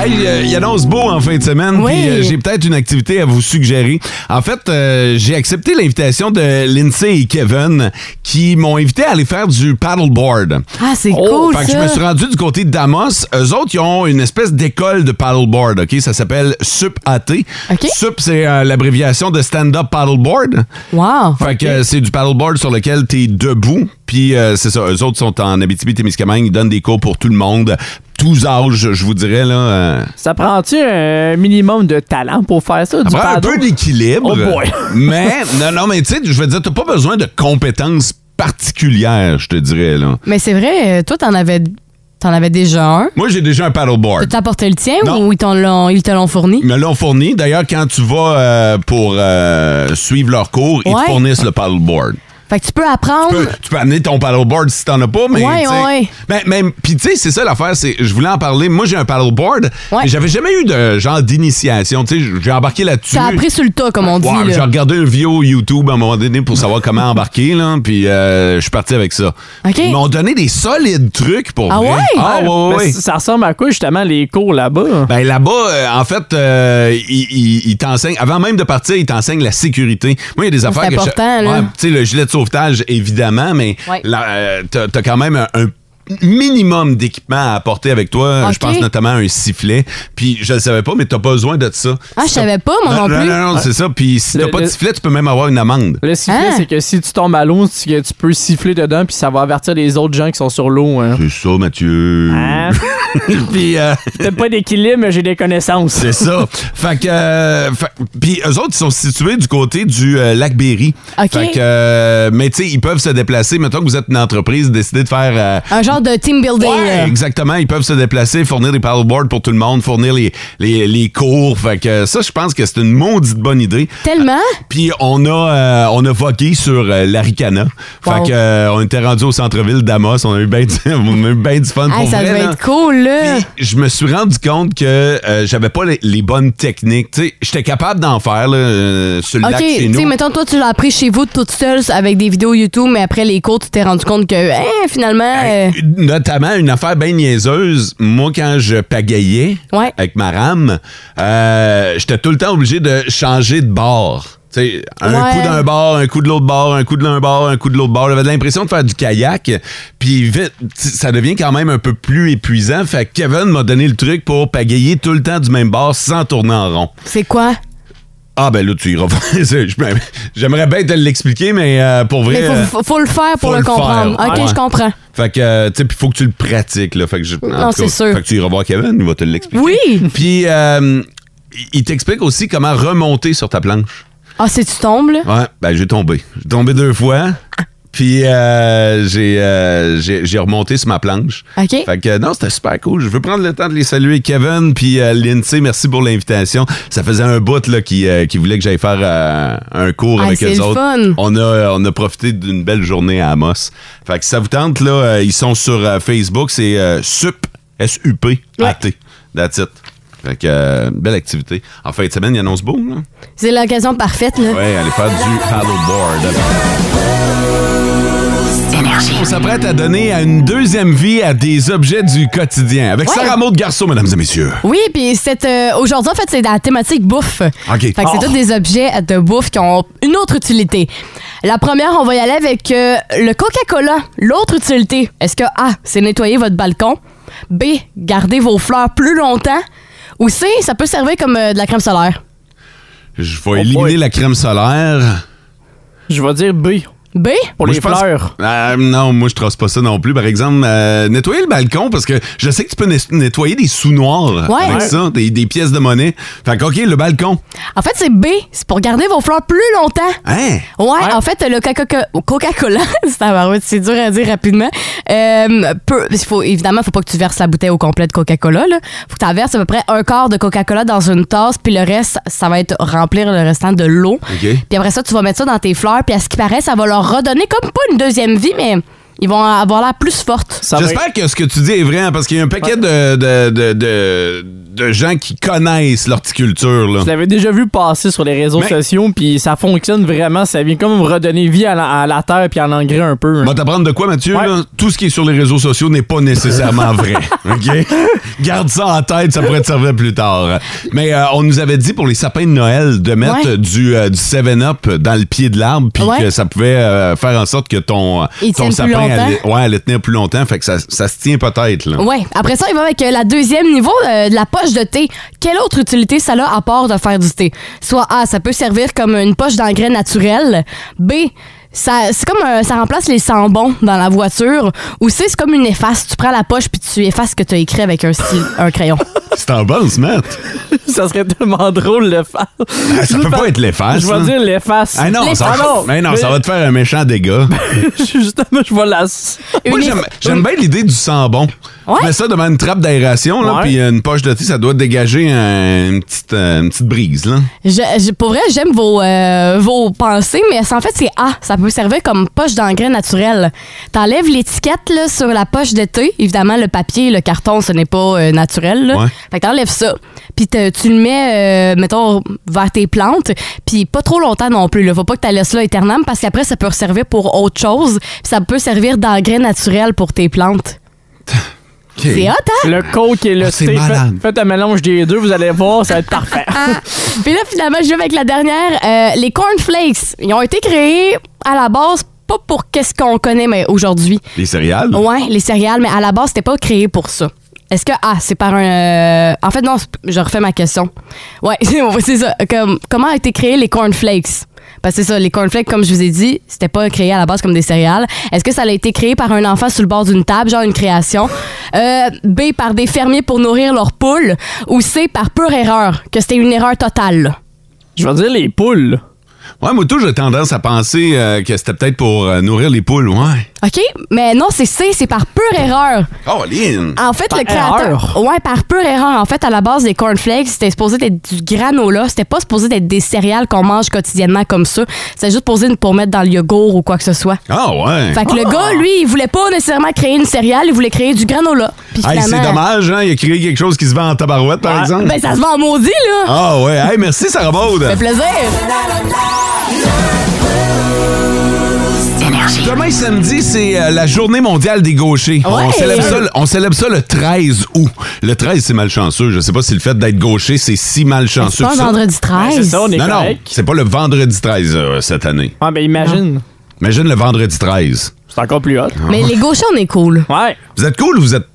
S4: Hey, euh, il annonce beau en fin de semaine.
S5: Oui.
S4: puis, euh, j'ai peut-être une activité à vous suggérer. En fait, euh, j'ai accepté l'invitation de Lindsay et Kevin qui m'ont invité à aller faire du paddleboard.
S5: Ah, c'est
S4: Oh,
S5: cool.
S4: fait que je
S5: ça.
S4: me suis rendu du côté de Damas. Eux autres, ils ont une espèce d'école de paddleboard, OK? Ça s'appelle SUPAT.
S5: OK.
S4: SUP, c'est euh, l'abréviation de stand-up paddleboard.
S5: Wow.
S4: Fait que euh, c'est du paddleboard sur lequel t'es debout. Puis euh, c'est ça, eux autres sont en Abitibi-Témiscamingue. Ils donnent des cours pour tout le monde. Tous âges, je vous dirais, là. euh,
S6: Ça prend-tu un minimum de talent pour faire ça? du
S4: ça prend un
S6: paddle?
S4: peu d'équilibre.
S6: Oh boy.
S4: mais, non, non, mais tu sais, je veux dire, t'as pas besoin de compétences particulières, je te dirais, là.
S5: Mais c'est vrai, euh, toi, t'en avais, t'en avais déjà un.
S4: Moi, j'ai déjà un paddleboard.
S5: T'as apporté le tien
S4: Non. Mm.
S5: ou ils, t'en l'ont- ils te l'ont fourni?
S4: Ils me l'ont fourni. D'ailleurs, quand tu vas euh, pour euh, suivre leur cours, ils
S5: Ouais. Ah.
S4: te fournissent le paddleboard.
S5: Fait que tu peux apprendre.
S4: Tu peux, tu peux amener ton paddleboard si t'en as pas, mais.
S5: Ouais,
S4: tu sais,
S5: ouais.
S4: Mais, mais- puis tu sais, c'est ça l'affaire, c'est. Je voulais en parler. Moi, j'ai un paddleboard,
S5: Ouais.
S4: mais j'avais jamais eu de genre d'initiation. Tu sais, j'ai embarqué là-dessus.
S5: Tu as appris sur le tas, comme on dit.
S4: Ouais,
S5: là.
S4: j'ai regardé un vidéo YouTube à un moment donné pour savoir comment embarquer, là, puis euh, je suis parti avec ça.
S5: OK.
S4: Ils m'ont donné des solides trucs pour
S5: Ah
S4: vrai.
S5: ouais?
S4: Ah ouais, ouais,
S6: Ben,
S4: ouais.
S6: c- Ça ressemble à quoi, justement, les cours là-bas?
S4: Ben là-bas, euh, en fait, euh, ils ils- ils t'enseignent, avant même de partir, ils t'enseignent la sécurité. Moi, il y a des affaires que je-
S5: important, là.
S4: Ouais, tu sais, le gilet de sauvetage, évidemment, mais
S5: Ouais.
S4: là, euh, t'as t'as quand même un, un minimum d'équipement à apporter avec toi.
S5: Ok.
S4: Je pense notamment à un sifflet. Puis je le savais pas, mais t'as pas besoin de ça.
S5: Ah, je
S4: Si t'as-
S5: savais pas, moi non
S4: Non,
S5: plus.
S4: non, non, c'est ça. Puis si
S6: Le-
S4: t'as pas de
S6: le-
S4: sifflet, tu peux même avoir une amende.
S6: Le sifflet,
S5: Hein?
S6: c'est que si tu tombes à l'eau, c'est que tu peux siffler dedans, puis ça va avertir les autres gens qui sont sur l'eau. Hein.
S4: C'est ça, Mathieu.
S6: Hein?
S4: Puis, euh,
S6: Peut-être pas d'équilibre, mais j'ai des connaissances.
S4: c'est ça. Fait que. euh, fait- puis eux autres, ils sont situés du côté du euh, lac Berry.
S5: OK.
S4: Fait que. euh, mais tu sais, ils peuvent se déplacer. Mettons que vous êtes une entreprise, décidez de faire. euh,
S5: Un genre de team building.
S4: Ouais,
S5: là.
S4: exactement. Ils peuvent se déplacer, fournir des paddleboards pour tout le monde, fournir les, les, les cours. Fait que ça, je pense que c'est une maudite bonne idée.
S5: Tellement.
S4: Puis on a euh, on a vogué sur euh, l'Aricana.
S5: Wow.
S4: Fait que euh, on était rendu au centre-ville d'Amos, on a eu bien du, on a eu ben du fun
S5: Hey,
S4: pour
S5: ça
S4: vrai,
S5: devait
S4: là.
S5: être cool, là.
S4: Puis, je me suis rendu compte que euh, j'avais pas les, les bonnes techniques. Tu sais, j'étais capable d'en faire là, euh, sur le
S5: OK,
S4: lac chez
S5: tu sais,
S4: nous.
S5: mettons, toi, tu l'as appris chez vous toute seule avec des vidéos YouTube, mais après les cours, tu t'es rendu compte que, hein, finalement. euh,
S4: Hey, Notamment une affaire bien niaiseuse. Moi, quand je pagayais
S5: euh, Ouais.
S4: avec ma rame, euh, j'étais tout le temps obligé de changer de bord. Tu sais, un
S5: Ouais.
S4: coup d'un bord, un coup de l'autre bord, un coup de l'un bord, un coup de l'autre bord. J'avais l'impression de faire du kayak. Puis vite, tu- ça devient quand même un peu plus épuisant. Fait que Kevin m'a donné le truc pour pagayer tout le temps du même bord sans tourner en rond.
S5: C'est quoi?
S4: Ah ben là, tu iras voir. C'est- je- J'aimerais bien te l'expliquer, mais euh, pour vrai...
S5: Mais faut,
S4: euh,
S5: faut- faut le faire pour
S4: faut
S5: le
S4: le
S5: comprendre.
S4: faire,
S5: OK,
S4: ouais.
S5: je comprends.
S4: Fait que, euh, tu sais, puis faut que tu le pratiques, là. Fait que je, en
S5: Non,
S4: tout
S5: c'est
S4: cas,
S5: sûr.
S4: Fait que tu iras voir Kevin, il va te l'expliquer.
S5: Oui!
S4: Puis, euh, il- il t'explique aussi comment remonter sur ta planche.
S5: Ah, c'est tu tombes, là?
S4: Ouais, ben j'ai tombé. J'ai tombé deux fois. Puis euh, j'ai, euh, j'ai, j'ai remonté sur ma planche.
S5: OK.
S4: Fait que euh, non, c'était super cool. Je veux prendre le temps de les saluer, Kevin puis euh, Lindsay. Merci pour l'invitation. Ça faisait un bout là qui, euh, qui voulait que j'aille faire euh, un cours
S5: Ah,
S4: avec
S5: c'est
S4: les
S5: le
S4: autres.
S5: fun.
S4: On a euh, on a profité d'une belle journée à Amos. Fait que si ça vous tente là, euh, ils sont sur euh, Facebook, c'est euh, sup S U P A T. That's it. Fait que euh, belle activité. En fin de semaine, il annonce beau là.
S5: C'est l'occasion parfaite, là.
S4: Ouais, aller faire du paddleboard. On s'apprête à donner une deuxième vie à des objets du quotidien. Avec
S5: Ouais.
S4: Sarah Maud Garceau, mesdames et messieurs.
S5: Oui, puis c'est euh, aujourd'hui en fait c'est la thématique bouffe.
S4: OK.
S5: Fait que c'est
S4: Oh.
S5: tous des objets de bouffe qui ont une autre utilité. La première, on va y aller avec euh, le Coca-Cola. L'autre utilité, est-ce que A, c'est nettoyer votre balcon, B, garder vos fleurs plus longtemps ou C, ça peut servir comme euh, de la crème solaire.
S4: Je vais éliminer
S6: Oh boy.
S4: la crème solaire.
S6: Je vais dire B,
S5: B
S6: pour
S4: Moi,
S6: les
S4: je pense-
S6: fleurs.
S4: Euh, non, moi, je trace pas ça non plus. Par exemple, euh, nettoyer le balcon, parce que je sais que tu peux nes- nettoyer des sous noirs
S5: Ouais.
S4: avec
S5: Ouais.
S4: ça, des, des pièces de monnaie. Fait que, OK, le balcon.
S5: En fait, c'est B, c'est pour garder vos fleurs plus longtemps.
S4: Hein?
S5: Ouais, en fait, le Coca- Coca-Cola, c'est tabarouette, c'est dur à dire rapidement. Euh, peut- il faut, évidemment, faut pas que tu verses la bouteille au complet de Coca-Cola. Là. faut que tu verses à peu près un quart de Coca-Cola dans une tasse, puis le reste, ça va être remplir le restant de l'eau.
S4: OK.
S5: Puis après ça, tu vas mettre ça dans tes fleurs, puis à ce qui paraît, ça va leur redonner comme pas une deuxième vie, mais ils vont avoir l'air plus fortes.
S6: Ça va être-
S4: J'espère que ce que tu dis est vrai, hein, parce qu'il y a un paquet de, de, de, de, de gens qui connaissent l'horticulture. Là.
S6: Je l'avais déjà vu passer sur les réseaux
S4: Mais-
S6: sociaux, puis ça fonctionne vraiment. Ça vient comme redonner vie à la, à la terre puis en engrais un peu. hein.
S4: On va t'apprendre de quoi, Mathieu?
S6: Ouais.
S4: là? Tout ce qui est sur les réseaux sociaux n'est pas nécessairement vrai. OK? Garde ça en tête, ça pourrait te servir plus tard. Mais euh, on nous avait dit pour les sapins de Noël de mettre
S5: Ouais.
S4: du, euh, du 7-Up dans le pied de l'arbre, puis
S5: Ouais.
S4: que ça pouvait euh, faire en sorte que ton, euh,
S5: Il tienne
S4: ton
S5: plus
S4: sapin
S5: longtemps.
S4: allait, ouais, allait tenir plus longtemps. Fait que ça, ça se tient peut-être. là.
S5: Ouais. Après ça, il va avec euh, la deuxième niveau, euh, de la poche de thé. Quelle autre utilité ça a à part de faire du thé? Soit A, ça peut servir comme une poche d'engrais naturel. B, ça, c'est comme euh, ça remplace les sambons dans la voiture. Ou C, c'est comme une efface. Tu prends la poche puis tu effaces ce que tu as écrit avec un, styl- un crayon.
S4: C'est en bonne, Matt.
S6: ça serait tellement drôle, le face.
S4: Ça peut pas être l'efface.
S6: Je vais
S4: hein.
S6: dire les faces.
S4: Ah non, ça va, mais non, ça va te faire un méchant dégât.
S6: Justement, je vais la.
S4: Moi, j'aime- j'aime bien l'idée du sang bon. Tu mets ça devant une trappe d'aération, là,
S6: Ouais.
S4: puis une poche de thé, ça doit dégager un- une, petite, euh, une petite brise, là.
S5: Je, je- pour vrai, j'aime vos, euh, vos pensées, mais c'est- en fait, c'est A. Ça peut servir comme poche d'engrais naturel. T'enlèves l'étiquette là, sur la poche de thé. Évidemment, le papier, le carton, ce n'est pas euh, naturel. Là.
S4: Ouais.
S5: Fait que t'enlèves ça. Puis te- tu le mets, euh, mettons, vers tes plantes. Puis pas trop longtemps non plus. Là. Faut pas que tu laisses là éternellement parce qu'après, ça peut servir pour autre chose. Puis ça peut servir d'engrais naturel pour tes plantes. C'est hot, hein?
S6: Le coke et le
S4: Ah, c'est
S6: thé.
S4: malade.
S6: Faites, faites un mélange des deux, vous allez voir, ça va être parfait.
S5: Puis là, finalement, je vais avec la dernière. Euh, les cornflakes, ils ont été créés à la base pas pour qu'est-ce qu'on connaît mais aujourd'hui.
S4: Les céréales.
S5: Ouais, les céréales, mais à la base, c'était pas créé pour ça. Est-ce que ah, c'est par un euh, en fait non, c'est- je refais ma question. Ouais, c'est ça. Comme, comment a été créé les cornflakes Parce que c'est ça, les cornflakes comme je vous ai dit, c'était pas créé à la base comme des céréales. Est-ce que ça a été créé par un enfant sur le bord d'une table, genre une création Euh, B par des fermiers pour nourrir leurs poules ou C par pure erreur, que c'était une erreur totale. là?
S6: Je vais dire les poules.
S4: Ouais, moi, tout, j'ai tendance à penser euh, que c'était peut-être pour euh, nourrir les poules, ouais.
S5: OK? Mais non, c'est C, c'est par pure erreur.
S4: Oh, Lynn!
S5: En fait,
S6: Par
S5: le créateur.
S6: erreur.
S5: Ouais, par pure erreur. En fait, à la base des cornflakes, c'était supposé d'être du granola. C'était pas supposé d'être des céréales qu'on mange quotidiennement comme ça. C'était juste posé pour mettre dans le yogourt ou quoi que ce soit.
S4: Ah, ouais!
S5: Fait que le gars, lui, il voulait pas nécessairement créer une céréale, il voulait créer du granola. Puis
S4: Hey, c'est
S5: finalement-
S4: dommage, hein? Il a créé quelque chose qui se vend en tabarouette,
S6: Ah!
S4: par exemple.
S5: Ben, ça se vend en maudit, là.
S4: Ah, ouais. Hey, merci, Sarah Baud.
S5: Ça fait plaisir.
S4: Demain samedi, c'est euh, la journée mondiale des gauchers. On, célèbre ça, le- on célèbre ça le 13 août. Le 13, c'est malchanceux. Je sais pas si le fait d'être gaucher, c'est si
S5: C'est
S4: malchanceux.
S5: pas un
S4: que ça.
S5: vendredi 13.
S6: Ben, c'est ça, on est
S4: Non, non,
S6: correct.
S4: c'est pas le vendredi 13 euh, cette année.
S6: Ah, ben imagine.
S4: Imagine le vendredi 13.
S6: C'est encore plus hot.
S5: Mais les gauchers, on est cool.
S6: Ouais.
S4: Vous êtes cool ou vous êtes...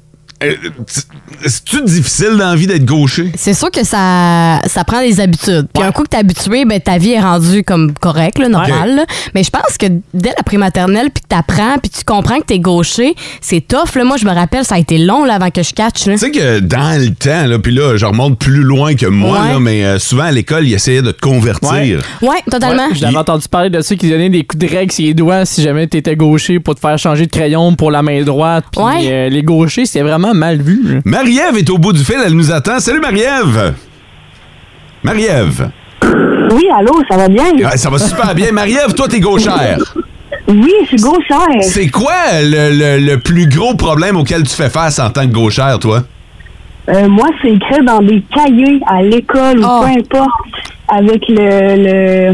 S4: euh, t- C'est-tu difficile dans la vie d'être gaucher?
S5: C'est sûr que ça, ça prend des habitudes. Puis un coup que t'es habitué, ben, ta vie est rendue comme correcte, là, normale. là. Mais je pense que dès la prématernelle, puis que t'apprends, puis tu comprends que t'es gaucher, c'est tough. Là. Moi, je me rappelle, ça a été long là, avant que je catch. Là.
S4: Tu sais que dans le temps, là, puis là, je remonte plus loin que moi,
S5: Ouais.
S4: là, mais euh, souvent à l'école, ils essayaient de te convertir.
S5: Ouais, totalement.
S6: Ouais, J'avais
S4: Il-
S6: entendu parler de ceux qui donnaient des coups de règle sur les doigts si jamais t'étais gaucher pour te faire changer de crayon pour la main droite. Puis
S5: Ouais.
S6: euh, les gauchers, c'était vraiment mal vu. là.
S4: Marie-Ève est au bout du fil, elle nous attend. Salut Marie-Ève! Marie-Ève!
S11: Oui, allô, ça va bien?
S4: Ah, Ça va super bien. Marie-Ève, toi, t'es gauchère.
S11: Oui, je suis hein. gauchère.
S4: C'est quoi le, le- le plus gros problème auquel tu fais face en tant que gauchère, toi?
S11: Euh, moi, c'est écrit dans des cahiers à l'école ou
S5: Ah.
S11: peu importe, avec le,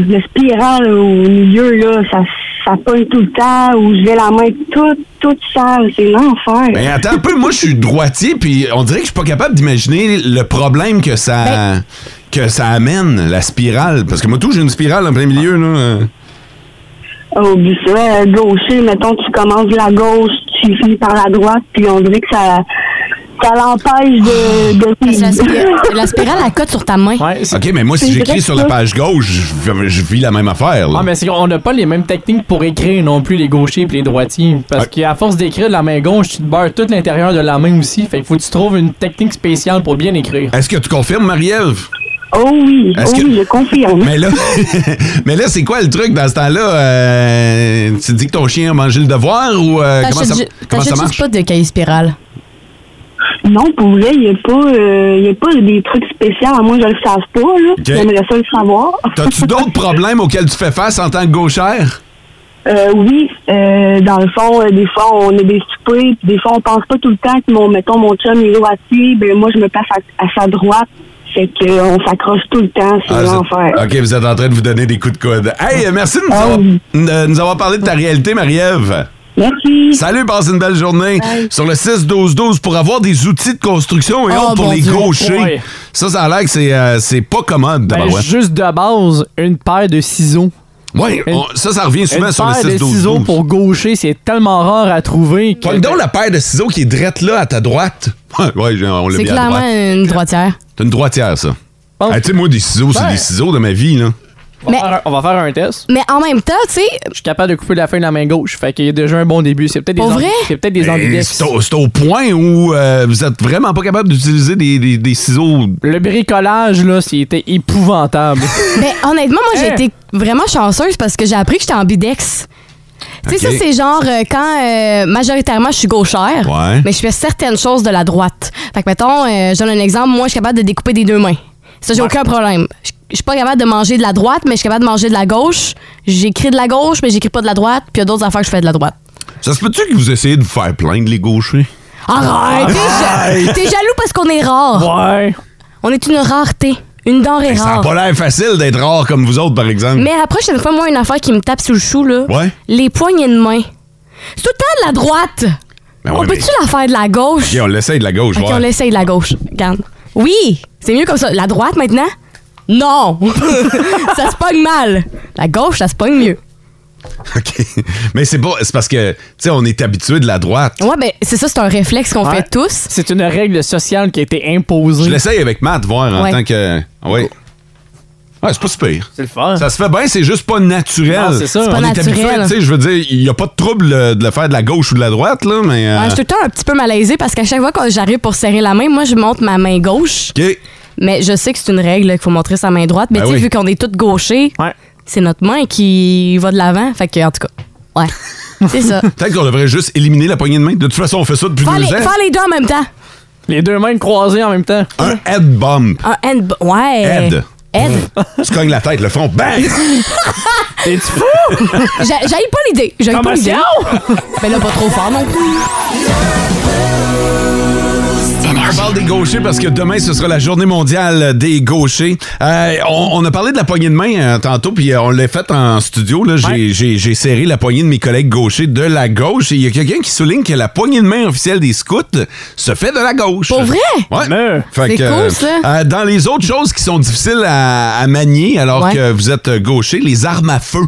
S11: le, le spirale au milieu, là, ça, ça pogne tout le temps, ou je vais la main toute, toute sale. C'est l'enfer.
S4: Ben, attends un peu, moi, je suis droitier, puis on dirait que je suis pas capable d'imaginer le problème que ça,
S11: Ben
S4: que ça amène, la spirale. Parce que moi, tout, j'ai une spirale en plein milieu, là.
S11: Au bout ça, euh, gaucher, mettons, tu commences de la gauche, tu finis par la droite, puis on dirait que ça, ça l'empêche de... de...
S5: La, spirale, la spirale, elle cote sur ta main.
S6: Ouais, c'est-
S4: OK, mais moi, si
S11: C'est vrai
S4: j'écris
S11: que
S4: sur la
S11: ça-
S4: page gauche, je, je vis la même affaire, là.
S6: Ah, mais c'est qu'on n'a pas les mêmes techniques pour écrire non plus les gauchers et les droitiers. Parce qu'à force d'écrire de la main gauche, tu te beurres tout l'intérieur de la main aussi. Fait qu'il faut que tu trouves une technique spéciale pour bien écrire.
S4: Est-ce que tu confirmes, Marie-Ève?
S11: Oh oui, oh
S4: Est-ce que-
S11: oui, je confirme.
S4: Mais là, mais là, c'est quoi le truc dans ce temps-là? Euh, tu dis que ton chien a mangé le devoir ou euh, comment ça,
S5: T'achètes ju-
S4: comment ça
S5: t'achètes
S4: marche?
S5: juste pas de cahier spirale.
S11: Non, pour vrai, il n'y a, pas, euh, y a pas des trucs spéciaux. Moi, je le savais pas. Là. J'aimerais ça le savoir.
S4: T'as-tu d'autres problèmes auxquels tu fais face en tant que gauchère?
S11: Euh, oui, euh, dans le fond, euh, des fois, on est des soupers. Puis des fois, on pense pas tout le temps que, mon, mettons, mon chum est droitier. Ben, moi, je me place à, à sa droite. Fait qu'on s'accroche tout le temps. C'est
S4: Ah, vous
S11: l'enfer.
S4: êtes- OK, vous êtes en train de vous donner des coups de coude. Hey, euh, merci de nous,
S11: Ah
S4: avoir,
S11: oui.
S4: de nous avoir parlé de ta réalité, Marie-Ève.
S11: Merci.
S4: Salut, passe une belle journée.
S11: Bye.
S4: Sur le 6-12-12, pour avoir des outils de construction et
S5: Oh,
S4: autres pour
S5: mon
S4: les
S5: Dieu.
S4: gauchers.
S6: Ouais.
S4: Ça, ça a l'air que c'est euh, c'est pas commode.
S6: Ben,
S4: tabarouette.
S6: Juste de base, une paire de ciseaux.
S4: Ouais,
S6: Une-
S4: on- ça, ça revient souvent
S6: une
S4: sur le
S6: paire de
S4: 6-12-12.
S6: ciseaux pour gaucher, c'est tellement rare à trouver. Que...
S4: Pogne donc la paire de ciseaux qui est drette là à ta droite. Ouais, ouais, j'ai- on l'a
S5: C'est
S4: mis à
S5: clairement
S4: droite.
S5: une droitière.
S4: T'es une droitière, ça.
S6: Pense-
S4: Hey, tu sais, moi, des ciseaux, c'est
S6: Oh. Ouais.
S4: des ciseaux de ma vie, là.
S6: On va, faire, un- on va faire un test.
S5: Mais en même temps, tu sais,
S6: Je suis capable de couper la fin de la main gauche. Fait qu'il y a déjà un bon début. C'est peut-être des
S5: Pour
S6: ambi-
S5: vrai?
S6: C'est peut-être des
S4: Et
S6: ambidex.
S4: C'est au, c'est au point où euh, vous êtes vraiment pas capable d'utiliser des, des- des ciseaux.
S6: Le bricolage, là, c'était épouvantable.
S5: ben, honnêtement, moi, j'ai
S6: Hein?
S5: été vraiment chanceuse parce que j'ai appris que j'étais en bidex. Tu sais,
S4: Ok.
S5: ça, c'est genre euh, quand euh, majoritairement je suis gauchère,
S4: Ouais.
S5: mais je fais certaines choses de la droite. Fait que, mettons, euh, je donne un exemple, moi, je suis capable de découper des deux mains. Ça, j'ai aucun problème. Je je suis pas capable de manger de la droite, mais je suis capable de manger de la gauche. J'écris de la gauche, mais j'écris pas de la droite, puis il y a d'autres affaires que je fais de la droite.
S4: Ça se peut-tu que vous essayez de vous faire plaindre, les gauchers?
S5: Arrête! t'es ja- T'es jaloux parce qu'on est rare.
S6: ouais.
S5: On est une rareté, une denrée
S4: Hey, ça n'a
S5: rare.
S4: pas l'air facile d'être rare comme vous autres, par exemple.
S5: Eh, Mais la prochaine fois, moi, une affaire qui me tape sous le chou, là.
S4: Hmm. Ouais.
S5: Les poignées de main. C'est tout le temps de la droite.
S4: Ben ouais,
S5: on
S4: mais-
S5: peut-tu la faire de la gauche?
S4: Ok, on l'essaye de la gauche,
S5: Ok,
S4: voir.
S5: on l'essaye de la gauche. Regarde. Oui, c'est mieux comme ça. La droite, maintenant? Non! ça se pogne mal. La gauche, ça se pogne mieux.
S4: OK. Mais c'est pas. C'est parce que, tu sais, on est habitué de la droite.
S5: Ouais, ben, c'est ça, c'est un réflexe qu'on
S6: Ouais.
S5: fait tous.
S6: C'est une règle sociale qui a été
S4: Je
S6: imposée.
S4: l'essaye avec Matt, voir, en
S5: Ouais.
S4: tant que. ah Oui. Ouais, c'est pas super.
S6: C'est le fun.
S4: Ça se fait bien, c'est juste pas naturel.
S6: Non, c'est ça. C'est
S5: Ah. pas
S4: on est
S5: naturel.
S4: habitué, tu sais, je veux dire, il n'y a pas de trouble euh, de le faire de la gauche ou de la droite, là, mais. euh,
S5: Ouais, je suis tout le temps un petit peu malaisée parce qu'à chaque fois que j'arrive pour serrer la main, moi, je monte ma main gauche.
S4: OK.
S5: Mais je sais que c'est une règle là, qu'il faut montrer sa main droite. Mais
S4: Ben
S5: tu sais,
S4: oui.
S5: vu qu'on est toutes gauchers,
S6: Ouais.
S5: c'est notre main qui va de l'avant. Fait que, en tout cas, ouais. C'est ça.
S4: Peut-être qu'on devrait juste éliminer la poignée de main. De toute façon, on fait ça depuis
S5: Faire les,
S4: deux ans.
S5: faire les deux en même temps.
S6: Les deux mains croisées en même temps.
S4: Un head bump.
S5: Un hand. Ouais.
S4: Head.
S5: Head.
S4: tu cognes la tête, le front, bang!
S6: T'es-tu fou?
S5: J'a- J'aille pas l'idée. J'aille pas l'idée. Mais là, pas trop fort non plus.
S4: On parle des gauchers parce que demain, ce sera la journée mondiale des gauchers. Euh, on, on a parlé de la poignée de main euh, tantôt, puis euh, on l'a faite en studio. là. J'ai- J'ai j'ai serré la poignée de mes collègues gauchers de la gauche. Et il y a quelqu'un qui souligne que la poignée de main officielle des scouts se fait de la gauche.
S5: Pour vrai?
S4: Ouais.
S6: Mais-
S4: Fait
S5: C'est
S4: que,
S5: cool, ça.
S4: euh, dans les autres choses qui sont difficiles à, à manier alors
S5: Ouais.
S4: que vous êtes gaucher, les armes à feu,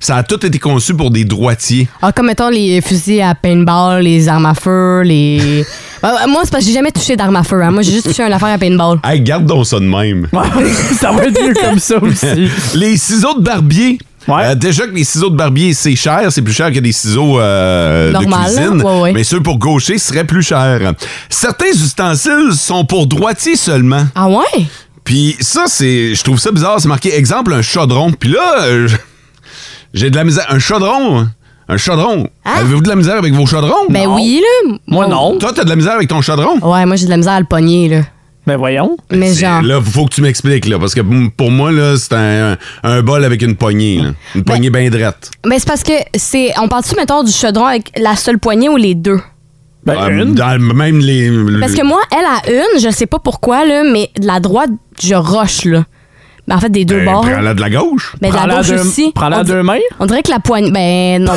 S4: ça a tout été conçu pour des droitiers.
S5: Ah, comme mettons les fusils à paintball, les armes à feu, les. Ben, ben, moi, c'est parce que j'ai jamais touché d'armes à feu. hein. Moi, j'ai juste touché une affaire à paintball.
S4: Hey, garde donc ça de même.
S6: ça va être mieux comme ça aussi.
S4: Les ciseaux de barbier.
S6: Ouais.
S4: Euh, déjà que les ciseaux de barbier, c'est cher, c'est plus cher que des ciseaux euh,
S5: Normal, hein?
S4: de cuisine.
S5: ouais, ouais.
S4: Mais ceux pour gaucher seraient plus chers. Certains ustensiles sont pour droitiers seulement.
S5: Ah ouais?
S4: Puis ça, c'est, je trouve ça bizarre. C'est marqué exemple un chaudron. Puis là, euh, j'ai de la misère. Un chaudron, hein? un chaudron.
S5: Ah.
S4: Avez-vous de la misère avec vos chaudrons
S5: Ben oui, là.
S6: Moi, non.
S5: Oh.
S4: Toi, t'as de la misère avec ton chaudron.
S5: Ouais, moi, j'ai de la misère à le pogner, là.
S6: Mais Ben, voyons.
S5: Mais
S4: Ben, C'est-
S5: genre.
S4: Là, faut que tu m'expliques, là, parce que m- pour moi, là, c'est un, un bol avec une poignée. là.
S5: Ben,
S4: Une poignée bien droite.
S5: Mais c'est parce que c'est. On parle-tu, mettons, du chaudron avec la seule poignée ou les deux?
S6: Ben,
S4: Ah,
S6: une.
S4: dans- même les.
S5: Parce que moi, elle a une, je sais pas pourquoi, là, mais de la droite, je roche, là. Ben, en fait, des deux
S4: Ben,
S5: bords.
S4: prends-la de la gauche.
S5: Mais de Ben, la
S6: Prends-la à
S5: gauche
S6: deux-
S5: aussi.
S6: prends-la à
S5: On di-
S6: deux mains.
S5: On dirait que la poignée. Ben, non.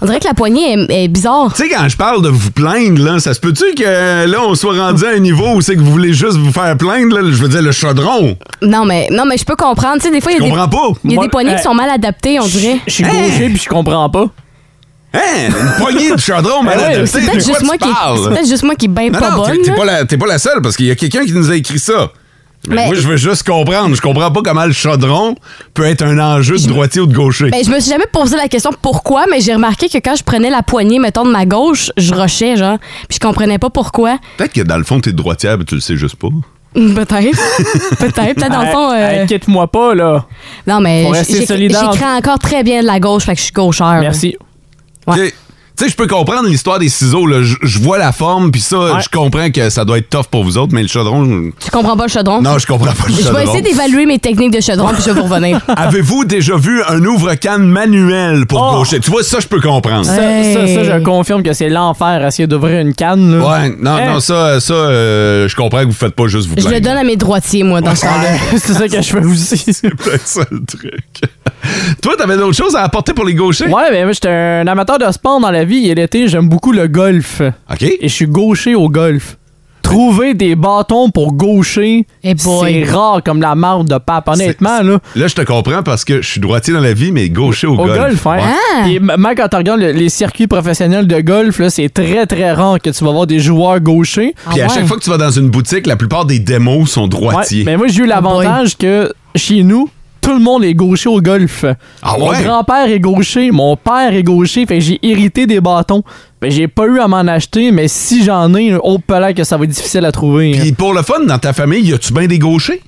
S5: on dirait que la poignée est, est bizarre.
S4: Tu sais, quand je parle de vous plaindre, là, ça se peut-tu que là, on soit rendu à un niveau où c'est que vous voulez juste vous faire plaindre, là, je veux dire, le chaudron.
S5: Non, mais, non, mais je peux comprendre. Tu sais, des fois, il
S4: Je
S5: y a,
S4: comprends
S5: des,
S4: pas.
S5: il y a
S6: Moi,
S5: des poignées
S6: euh,
S5: qui sont mal adaptées, on dirait.
S6: Je suis gaucher puis je comprends pas.
S4: Hein? Une poignée de chaudron mal
S6: Ouais,
S4: adaptée.
S5: C'est
S4: de
S5: peut-être
S4: quoi
S5: juste,
S4: tu
S5: moi qui-
S4: parles?
S5: c'est peut-être juste moi qui est bien
S4: Non,
S5: pas
S4: non, t'es-
S5: bonne.
S4: t'es
S5: là.
S4: pas, la- t'es pas la seule, parce qu'il y a quelqu'un qui nous a écrit ça. Mais,
S5: Mais-
S4: moi, je veux juste comprendre. Je comprends pas comment le chaudron peut être un enjeu de droitier ou de gaucher.
S5: Ben, je me suis jamais posé la question pourquoi, mais j'ai remarqué que quand je prenais la poignée, mettons, de ma gauche, je rushais, genre. Puis je comprenais pas pourquoi.
S4: Peut-être que dans le fond, t'es droitière, mais tu le sais juste pas.
S5: Hum, Peut-être. Peut-être. Peut-être, dans le fond.
S6: Hey,
S5: euh,
S6: hey, Quitte-moi pas, là.
S5: Non, mais
S6: Faut
S5: j-
S6: rester
S5: j'éc-
S6: solidaire.
S5: j'écris encore très bien de la gauche, fait que je suis gaucheur.
S6: Merci.
S5: Ouais.
S4: Ok. Tu sais, je peux comprendre l'histoire des ciseaux. là. Je je vois la forme, puis ça,
S6: Ouais.
S4: je comprends que ça doit être tough pour vous autres, mais le chaudron...
S5: Tu comprends pas le chaudron?
S4: Non, je comprends pas le
S5: Je vais
S4: chaudron.
S5: essayer d'évaluer mes techniques de chaudron, puis je vais vous revenir.
S4: Avez-vous déjà vu un ouvre-canne manuel pour
S6: Oh!
S4: gaucher? Tu vois, ça, je peux comprendre.
S6: Ça,
S5: Hey.
S6: ça, ça, je confirme que c'est l'enfer à essayer d'ouvrir une canne. Là.
S4: Ouais, non,
S6: Hey.
S4: non, ça, ça euh, je comprends que vous faites pas juste vous
S5: Je
S4: plaindre.
S5: le donne à mes droitiers, moi, dans ce temps-là.
S6: c'est ça que je fais aussi.
S4: Peut-être ça, le truc. Toi, t'avais d'autres choses à apporter pour les gauchers?
S6: Ouais, mais moi, j'étais un amateur de sport dans la vie et l'été, j'aime beaucoup le golf.
S4: OK.
S6: Et je suis gaucher au golf. Trouver des bâtons pour gaucher,
S5: Eh boy.
S6: c'est rare comme la marre de pape. Honnêtement, là.
S4: Là, je te comprends parce que je suis droitier dans la vie, mais gaucher au,
S6: Au
S4: golf.
S6: golf, hein.
S5: Ah!
S6: Et m- même quand tu regardes le- les circuits professionnels de golf, là, c'est très très rare que tu vas voir des joueurs gauchers.
S4: Puis à
S5: Ah ouais.
S4: chaque fois que tu vas dans une boutique, la plupart des démos sont
S6: Ouais,
S4: droitiers.
S6: mais moi j'ai eu l'avantage que chez nous, tout le monde est gaucher au golf. mon
S4: Ah ouais?
S6: grand-père est gaucher, mon père est gaucher, fait que j'ai hérité des bâtons. Ben, j'ai pas eu à m'en acheter, mais si j'en ai, oh palais que ça va être difficile à trouver. hein.
S4: Puis pour le fun, dans ta famille, y a-tu bien des gauchers?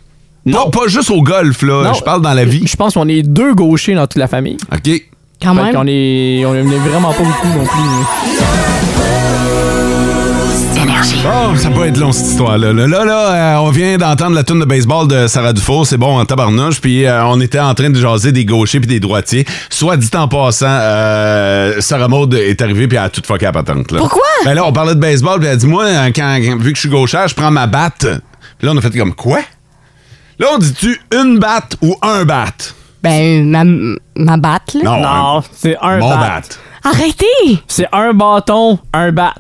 S4: Non. Pas, juste au golf, là.
S6: Non.
S4: euh, Je parle dans la vie.
S6: Je pense qu'on est deux gauchers dans toute la famille.
S4: OK.
S5: Quand
S6: Fait
S5: même.
S6: qu'on est, on est vraiment pas beaucoup non plus.
S4: Oh, ça peut être long, cette histoire-là. Là, là, là, euh, on vient d'entendre la tune de baseball de Sarah Dufour. C'est bon, en tabarnouche. Puis euh, on était en train de jaser des gauchers puis des droitiers. Soit dit en passant, euh, Sarah Maud est arrivée puis elle a tout fucké à patente. Là.
S5: Pourquoi?
S4: Ben là, on parlait de baseball puis elle a dit, moi, euh, quand, quand- vu que je suis gauchère, je prends ma batte. Puis là, on a fait comme, quoi? Là, on dit-tu une batte ou un batte?
S5: Ben, ma, ma batte, là.
S4: Non,
S6: Non, c'est un
S4: Ah mon
S6: bat.
S4: batte.
S5: Arrêtez!
S6: C'est un bâton, un bat.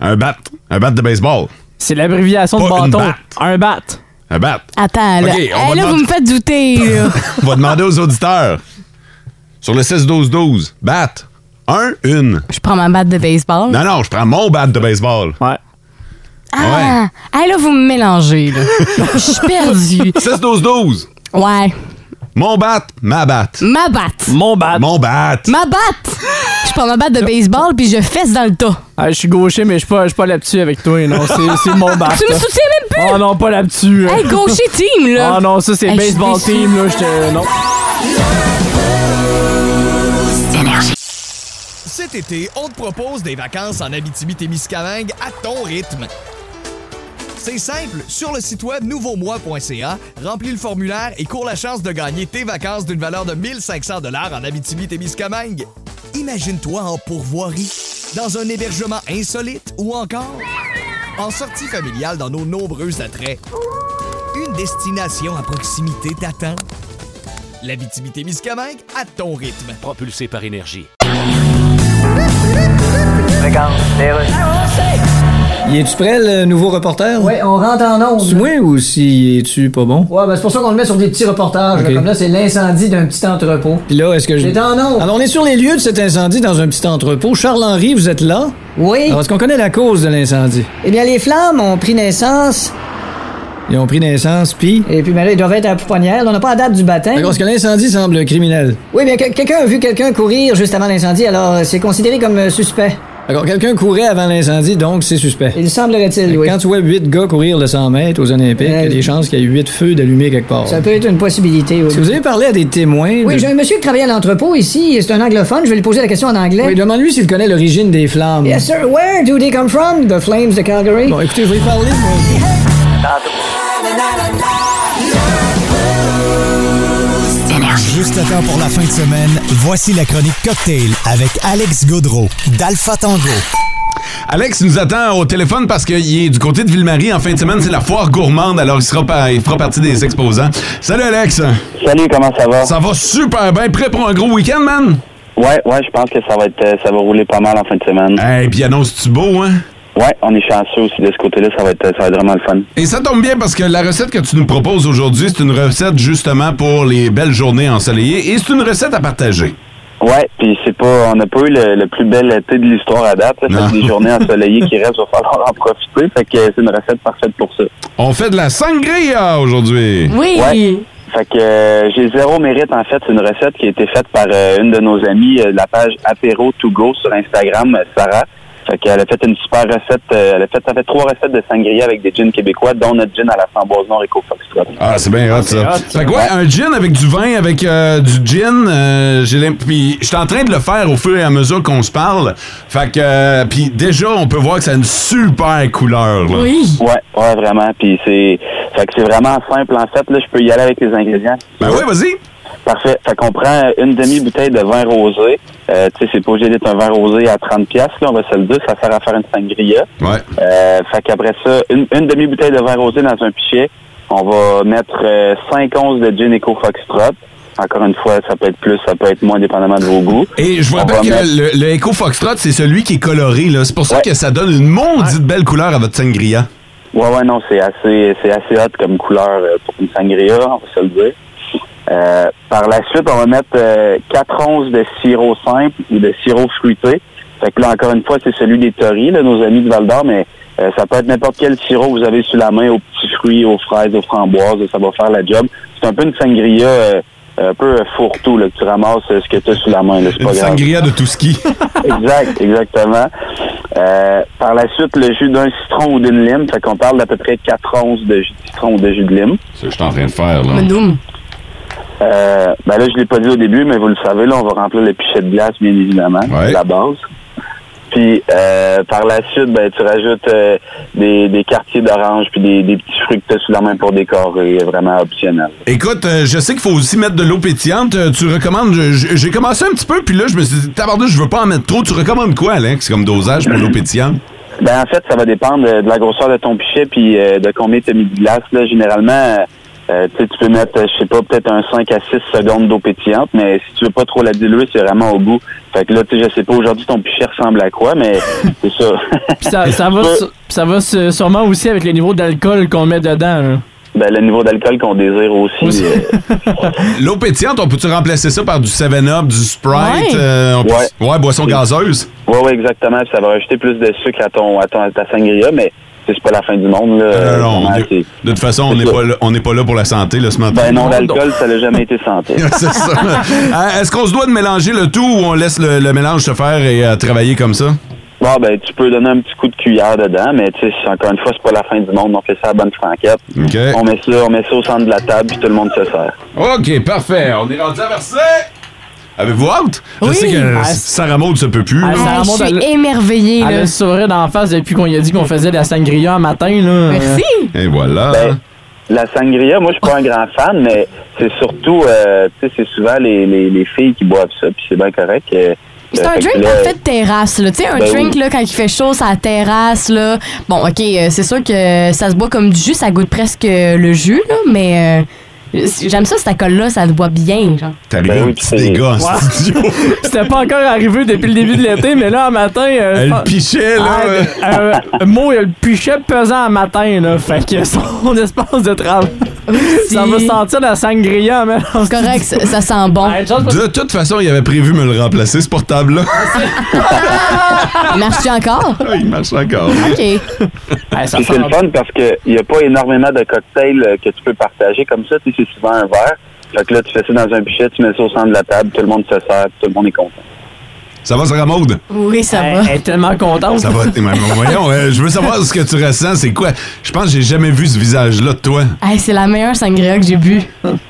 S4: Un batte. Un batte de baseball.
S6: C'est l'abréviation de
S4: Pas une
S6: bâton.
S4: batte.
S6: Un bat.
S4: Un batte.
S5: Attends, là.
S4: Ok, on
S5: Hey,
S4: va
S5: là,
S4: demander-
S5: vous me faites douter, là.
S4: On va demander aux auditeurs. Sur le 16-12-12, batte. Un, une.
S5: Je prends ma batte de baseball.
S4: Non, non, je prends mon batte de baseball.
S6: Ouais.
S5: Ah! Hey, là, vous me mélangez, là. Je suis perdue.
S4: 16-12-12.
S5: Ouais.
S4: Mon batte, ma batte.
S5: Ma batte.
S6: Mon bat.
S4: Mon batte.
S5: Ma batte! Je prends ma batte de baseball puis je fesse dans le tas.
S6: Ah, je suis gaucher, mais je suis pas, je suis pas là-dessus avec toi, non. C'est, c'est mon bat.
S5: Ah, Tu me soutiens même plus!
S6: Oh Ah, non, pas là-dessus.
S5: Hey, gaucher team, là!
S6: Oh non, ça c'est
S5: Hey, je suis
S6: baseball
S5: déçue.
S6: team, là. j'étais- Non.
S1: Cet été, on te propose des vacances en Abitibi-Témiscamingue à ton rythme. C'est simple, sur le site web nouveaumois.ca, remplis le formulaire et cours la chance de gagner tes vacances d'une valeur de 1500 dollars en Abitibi-Témiscamingue. Imagine-toi en pourvoirie, dans un hébergement insolite ou encore en sortie familiale dans nos nombreux attraits. Une destination à proximité t'attend. L'Abitibi-Témiscamingue à ton rythme.
S2: Propulsé par énergie.
S7: Y es-tu prêt, le nouveau reporter?
S8: Ouais, on rentre en onde.
S7: C'est moi ou si es-tu pas bon?
S8: Ouais, ben c'est pour ça qu'on le met sur des petits reportages. là.
S7: Ok.
S8: Comme là, c'est l'incendie d'un petit entrepôt.
S7: Puis là, est-ce que je.
S8: J'étais en onde.
S7: Alors, on est sur les lieux de cet incendie dans un petit entrepôt. Charles-Henri, vous êtes là?
S12: Oui.
S7: Alors, est-ce qu'on connaît la cause de l'incendie?
S12: Eh bien, les flammes ont pris naissance.
S7: Ils ont pris naissance, puis.
S12: Et puis, ben là, ils doivent être à la pouponnière. On n'a pas la date du baptême.
S7: D'accord, est-ce que l'incendie semble criminel?
S12: Oui, bien, que- quelqu'un a vu quelqu'un courir juste avant l'incendie, alors euh, c'est considéré comme euh, suspect.
S7: D'accord, quelqu'un courait avant l'incendie, donc c'est suspect.
S12: Il semblerait-il, oui.
S7: Quand tu vois huit gars courir le 100 mètres aux Olympiques, il y a
S12: Euh,
S7: des chances qu'il y ait huit feux d'allumés quelque part.
S12: Ça peut être une possibilité, oui.
S7: Si vous avez parlé à des témoins.
S12: Oui,
S7: de-
S12: j'ai un monsieur qui travaille à l'entrepôt ici. C'est un anglophone. Je vais lui poser la question en anglais.
S7: Oui, demande-lui s'il connaît l'origine des flammes.
S12: Yes, sir. Where do they come from? The flames of Calgary.
S7: Bon, écoutez, je vais y parler, moi.
S13: Juste à temps pour la fin de semaine, voici la chronique Cocktail avec Alex Gaudreau d'Alpha Tango.
S4: Alex nous attend au téléphone parce qu'il est du côté de Ville-Marie. En fin de semaine, c'est la foire gourmande, alors il, sera par- il fera partie des exposants. Salut, Alex.
S14: Salut, comment ça va?
S4: Ça va super bien. Prêt pour un gros week-end, man?
S14: Ouais, ouais, je pense que ça va être, euh, ça va rouler pas mal en fin de semaine.
S4: Hey, puis annonce-tu beau, hein?
S14: Ouais, on est chanceux aussi de ce côté-là, ça va être, euh, ça va être vraiment le fun.
S4: Et ça tombe bien parce que la recette que tu nous proposes aujourd'hui, c'est une recette justement pour les belles journées ensoleillées et c'est une recette à partager.
S14: Ouais, puis c'est pas, on n'a pas eu le, le plus bel été de l'histoire à date. Là, Ça
S4: Non.
S14: fait des journées ensoleillées qui restent, va falloir en profiter. Fait que euh, c'est une recette parfaite pour ça.
S4: On fait de la sangria aujourd'hui.
S5: Oui!
S14: Ouais. Fait que euh, j'ai zéro mérite en fait. C'est une recette qui a été faite par euh, une de nos amies euh, de la page Apéro To Go sur Instagram, euh, Sarah. Fait qu'elle a fait une super recette. euh, elle a fait, ça fait trois recettes de sangria avec des gins québécois, dont notre gin à la framboise noire et au foxtrot.
S4: Ah, c'est bien hot, ça.
S14: hot, ça.
S4: Fait que ouais, un gin avec du vin, avec euh, du gin. euh, j'ai l'im- puis je suis en train de le faire au fur et à mesure qu'on se parle. Fait que, euh, puis déjà, on peut voir que ça a une super couleur. Là.
S5: Oui!
S14: Ouais, ouais, vraiment. Puis c'est, fait que c'est vraiment simple en fait. Là, je peux y aller avec les ingrédients.
S4: Ben ouais, vas-y.
S14: Parfait. Fait qu'on prend une demi-bouteille de vin rosé. Euh, tu sais, c'est pas obligé d'être un vin rosé à 30 pièces. Là, on va se le dire. Ça sert à faire une sangria.
S4: Ouais.
S14: Euh, fait qu'après ça, une, une demi-bouteille de vin rosé dans un pichet. On va mettre 5 onces de gin Eco Foxtrot. Encore une fois, ça peut être plus, ça peut être moins, dépendamment de vos goûts.
S4: Et je vous
S14: On
S4: rappelle
S14: va
S4: que
S14: mettre-
S4: le, le Echo Foxtrot, c'est celui qui est coloré. là. C'est pour ça
S14: Ouais.
S4: que ça donne une maudite belle couleur à votre sangria.
S14: Ouais, ouais, non, c'est assez, c'est assez hot comme couleur euh, pour une sangria, on va se le dire. Euh, par la suite, on va mettre euh, 4 onces de sirop simple ou de sirop fruité. Fait que là, encore une fois, c'est celui des Tories, là, nos amis de Val-d'Or, mais euh, ça peut être n'importe quel sirop que vous avez sous la main aux petits fruits, aux fraises, aux framboises, ça va faire la job. C'est un peu une sangria euh, un peu fourre-tout, là, que tu ramasses euh, ce que tu as sous la main, là, c'est pas
S4: Une
S14: grave.
S4: sangria de tout ski.
S14: Exact, exactement. Euh, par la suite, le jus d'un citron ou d'une lime, fait qu'on parle d'à peu près 4 onces de jus de citron ou de jus de lime.
S4: C'est ce que je suis en train de faire, là.
S14: Euh, ben là, je l'ai pas dit au début, mais vous le savez, là, on va remplir le pichet de glace, bien évidemment, c'est la base. Puis euh, par la suite, ben, tu rajoutes euh, des, des quartiers d'orange puis des, des petits fruits que tu as sous la main pour décorer, euh, vraiment optionnel.
S4: Écoute, euh, je sais qu'il faut aussi mettre de l'eau pétillante. Euh, tu recommandes. je- je- J'ai commencé un petit peu, puis là, je me suis dit, tabarnouche, je veux pas en mettre trop. Tu recommandes quoi, Alex, comme dosage pour l'eau pétillante?
S14: Ben en fait, ça va dépendre de, de la grosseur de ton pichet puis euh, de combien tu as mis de glace. Là, généralement, euh, tu sais, tu peux mettre, euh, je sais pas, peut-être un 5 à 6 secondes d'eau pétillante, mais si tu veux pas trop la diluer, c'est vraiment au goût. Fait que là, tu sais, je sais pas aujourd'hui ton pichet ressemble à quoi, mais c'est ça.
S6: Puis ça, ça va,
S14: Ouais.
S6: su- ça va su- sûrement aussi avec le niveau d'alcool qu'on met dedans. là.
S14: Ben, le niveau d'alcool qu'on désire aussi. euh,
S4: L'eau pétillante, on peut-tu remplacer ça par du 7-Up, du Sprite?
S14: Ouais.
S4: euh, on peut-
S14: Ouais.
S4: ouais, boisson gazeuse?
S14: ouais, ouais, exactement. Puis Ça va rajouter plus de sucre à ton, à ton- à ta sangria, mais tu sais, c'est pas la fin du monde, là.
S4: Non, Euh, non, on
S14: Vraiment,
S4: est-
S14: Euh, c'est-
S4: de toute façon, on n'est pas, là- on n'est pas là pour la santé, là, ce matin.
S14: Ben non, l'alcool, ça n'a jamais été santé.
S4: C'est ça. Hein, Est-ce qu'on se doit de mélanger le tout ou on laisse le, le mélange se faire et euh, travailler comme ça?
S14: Bon, ben, tu peux donner un petit coup de cuillère dedans, mais tu sais, c'est- encore une fois, c'est pas la fin du monde. On fait ça à bonne franquette. On met ça, on met ça au centre de la table, puis tout le monde se sert.
S4: OK, parfait. On est rendu à verser. Avez-vous hâte? Je
S6: Oui.
S4: sais que
S6: Ah,
S4: Sarah Maud se peut plus.
S6: Ah, Sarah
S5: je
S6: Maud,
S5: suis
S6: elle-
S5: émerveillée,
S6: Elle a
S5: là.
S6: le sourire d'en face depuis qu'on lui a dit qu'on faisait de la sangria un matin. Là.
S5: Merci.
S4: Et voilà.
S14: Ben, la sangria, moi, je suis pas un grand fan, mais c'est surtout, euh, tu sais, c'est souvent les, les, les filles qui boivent ça, puis c'est bien correct. euh,
S5: C'est
S14: euh,
S5: un
S14: fait que
S5: drink
S14: là-
S5: en fait de terrasse, là. Tu sais, un
S14: Ben
S5: drink,
S14: oui.
S5: là, quand il fait chaud, ça terrasse, là. Bon, OK, euh, c'est sûr que ça se boit comme du jus, ça goûte presque euh, le jus, là, mais euh, j'aime ça, cette alcool-là, ça le boit bien, genre.
S4: T'as arrivé un petit dégât en
S6: Ouais.
S4: studio.
S6: C'était pas encore arrivé depuis le début de l'été, mais là, un matin. euh,
S4: Elle
S6: fa-
S4: pichait, là.
S6: Ah, euh, euh, Mo, il a le pichet pesant un matin, là. Fait que son espace de travail. Ça va sentir la sangria, man. C'est
S5: correct, ça, ça sent bon.
S4: De toute façon, il avait prévu me le remplacer, ce portable-là.
S5: Marche-tu encore?
S4: il marche encore.
S5: OK.
S14: Puis c'est le fun parce qu'il n'y a pas énormément de cocktails euh, que tu peux partager comme ça. Tu sais, c'est souvent un verre. Fait que là, tu fais ça dans un pichet, tu mets ça au centre de la table, tout le monde se sert, puis tout le monde est content.
S4: Ça va, Sarah Maud?
S5: Oui, ça
S6: va. Elle est tellement contente.
S4: Ça va, t'es même. Voyons, euh, je veux savoir ce que tu ressens, c'est quoi? Je pense que j'ai jamais vu ce visage-là de toi.
S5: Hey, c'est la meilleure sangria que j'ai bu.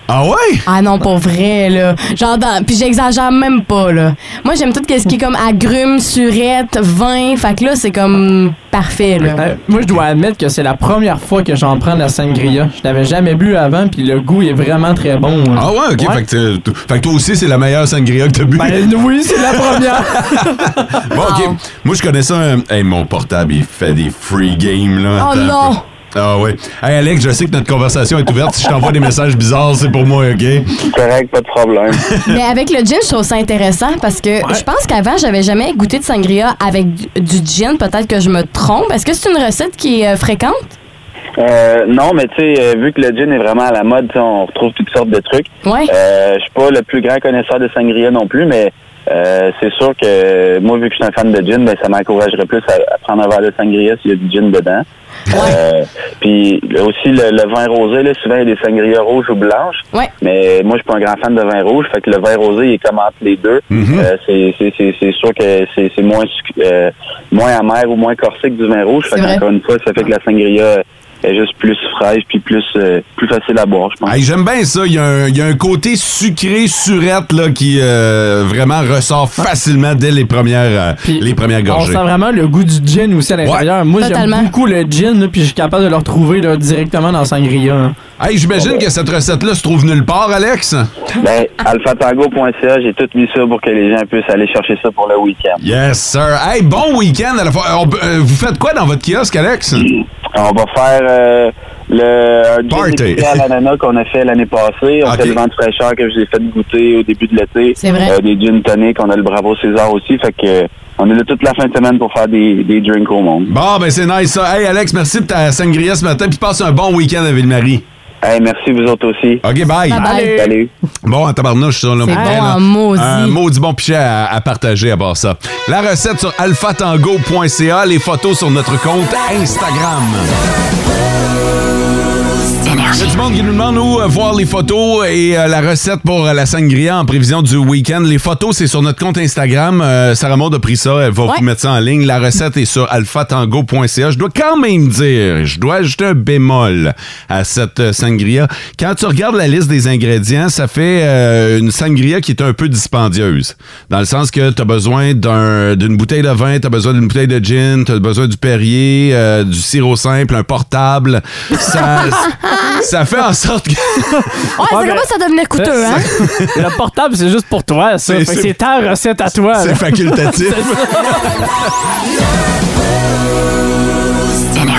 S4: Ah ouais?
S5: Ah non, pour vrai, là. Genre, dans- puis j'exagère même pas, là. Moi, j'aime tout ce qui est comme agrumes, surette, vin. Fait que là, c'est comme parfait, là.
S6: Euh, moi, je dois admettre que c'est la première fois que j'en prends de la sangria. Je l'avais jamais bu avant, puis le goût est vraiment très bon. hein. là.
S4: Ah ouais, ok. Fait, que t'es- fait que toi aussi, c'est la meilleure sangria que t'as bu.
S6: Ben oui, c'est la première.
S4: Bon, ok. Moi, je connais ça. euh, Hey, mon portable, il fait des free games, là.
S5: Oh
S4: Attends un
S5: non!
S4: peu. Ah ouais. Hey, Alex, je sais que notre conversation est ouverte. Si je t'envoie des messages bizarres, c'est pour moi, ok?
S14: Correct, pas de problème.
S5: Mais avec le gin, je trouve ça intéressant parce que je pense qu'avant, j'avais jamais goûté de sangria avec du- du gin. Peut-être que je me trompe. Est-ce que c'est une recette qui est euh, fréquente?
S14: Euh, non, mais tu sais, euh, vu que le gin est vraiment à la mode, tu sais, on retrouve toutes sortes de trucs.
S5: Ouais.
S14: Euh, je suis pas le plus grand connaisseur de sangria non plus, mais euh, c'est sûr que euh, moi, vu que je suis un fan de gin, ben, ça m'encouragerait plus à, à prendre un verre de sangria s'il y a du gin dedans. Euh, Puis là aussi, le, le vin rosé, là, souvent, il y a des sangrias rouges ou blanches.
S5: Ouais.
S14: Mais moi, je suis pas un grand fan de vin rouge, fait que le vin rosé, il est comme entre les deux. Euh, c'est- c'est- c'est c'est sûr que c'est c'est moins, suc- euh, moins amer ou moins corsé que du vin rouge. Fait qu'encore une fois, ça fait que la sangria est juste plus fraîche puis plus, euh, plus facile à boire, je pense.
S4: Hey, j'aime bien ça. Il y, a un- il y a un côté sucré, surette, là, qui euh, vraiment ressort facilement dès les premières, euh, les premières
S6: On
S4: gorgées.
S6: sent vraiment le goût du gin aussi à l'intérieur. Moi, j'aime
S4: Totalement.
S6: beaucoup le gin, là, puis je suis capable de le retrouver là, directement dans la sangria. hein. là.
S4: Hey, j'imagine que cette recette-là se trouve nulle part, Alex.
S14: Ben, alphatango.ca, j'ai tout mis ça pour que les gens puissent aller chercher ça pour le week-end.
S4: Yes, sir. Hey, bon week-end à la fois. Euh, on peut- euh, vous faites quoi dans votre kiosque, Alex?
S14: On va faire euh, le un gin
S4: Party.
S14: épicé à l'ananas qu'on a fait l'année passée. On fait le vent de fraîcheur que je vous ai fait goûter au début de l'été.
S5: C'est vrai.
S14: Euh, des gin tonic, on a le Bravo César aussi. Fait que euh, on est là toute la fin de semaine pour faire des, des drinks au monde.
S4: Bon, ben c'est nice ça. Hey, Alex, merci de ta sangria ce matin, puis passe un bon week-end à Ville-Marie.
S14: Hey, merci, vous autres aussi.
S4: OK, bye.
S5: Bye bye.
S14: Salut.
S4: Bon, en tabarnouche, ça, là.
S5: C'est
S4: pour
S5: bon
S4: vrai, là.
S5: en maudit.
S4: Un maudit bon pichet à, à partager à part ça. La recette sur alphatango.ca, les photos sur notre compte Instagram. Il y a du monde qui nous demande où euh, voir les photos et euh, la recette pour euh, la sangria en prévision du week-end. Les photos, c'est sur notre compte Instagram. Euh, Sarah Maud a pris ça. Elle va
S5: Ouais.
S4: vous mettre ça en ligne. La recette est sur alphatango.ca. Je dois quand même dire, je dois ajouter un bémol à cette euh, sangria. Quand tu regardes la liste des ingrédients, ça fait euh, une sangria qui est un peu dispendieuse. Dans le sens que tu as besoin d'un- d'une bouteille de vin, tu as besoin d'une bouteille de gin, tu as besoin du Perrier, euh, du sirop simple, un portable. Ça, ça fait en sorte que.
S5: Ouais, c'est comment ça devenait coûteux, hein?
S6: Le portable, c'est juste pour toi, ça.
S4: C'est-
S6: Fait que
S4: c'est-
S6: c'est ta recette à toi.
S4: c'est
S6: là.
S4: facultatif.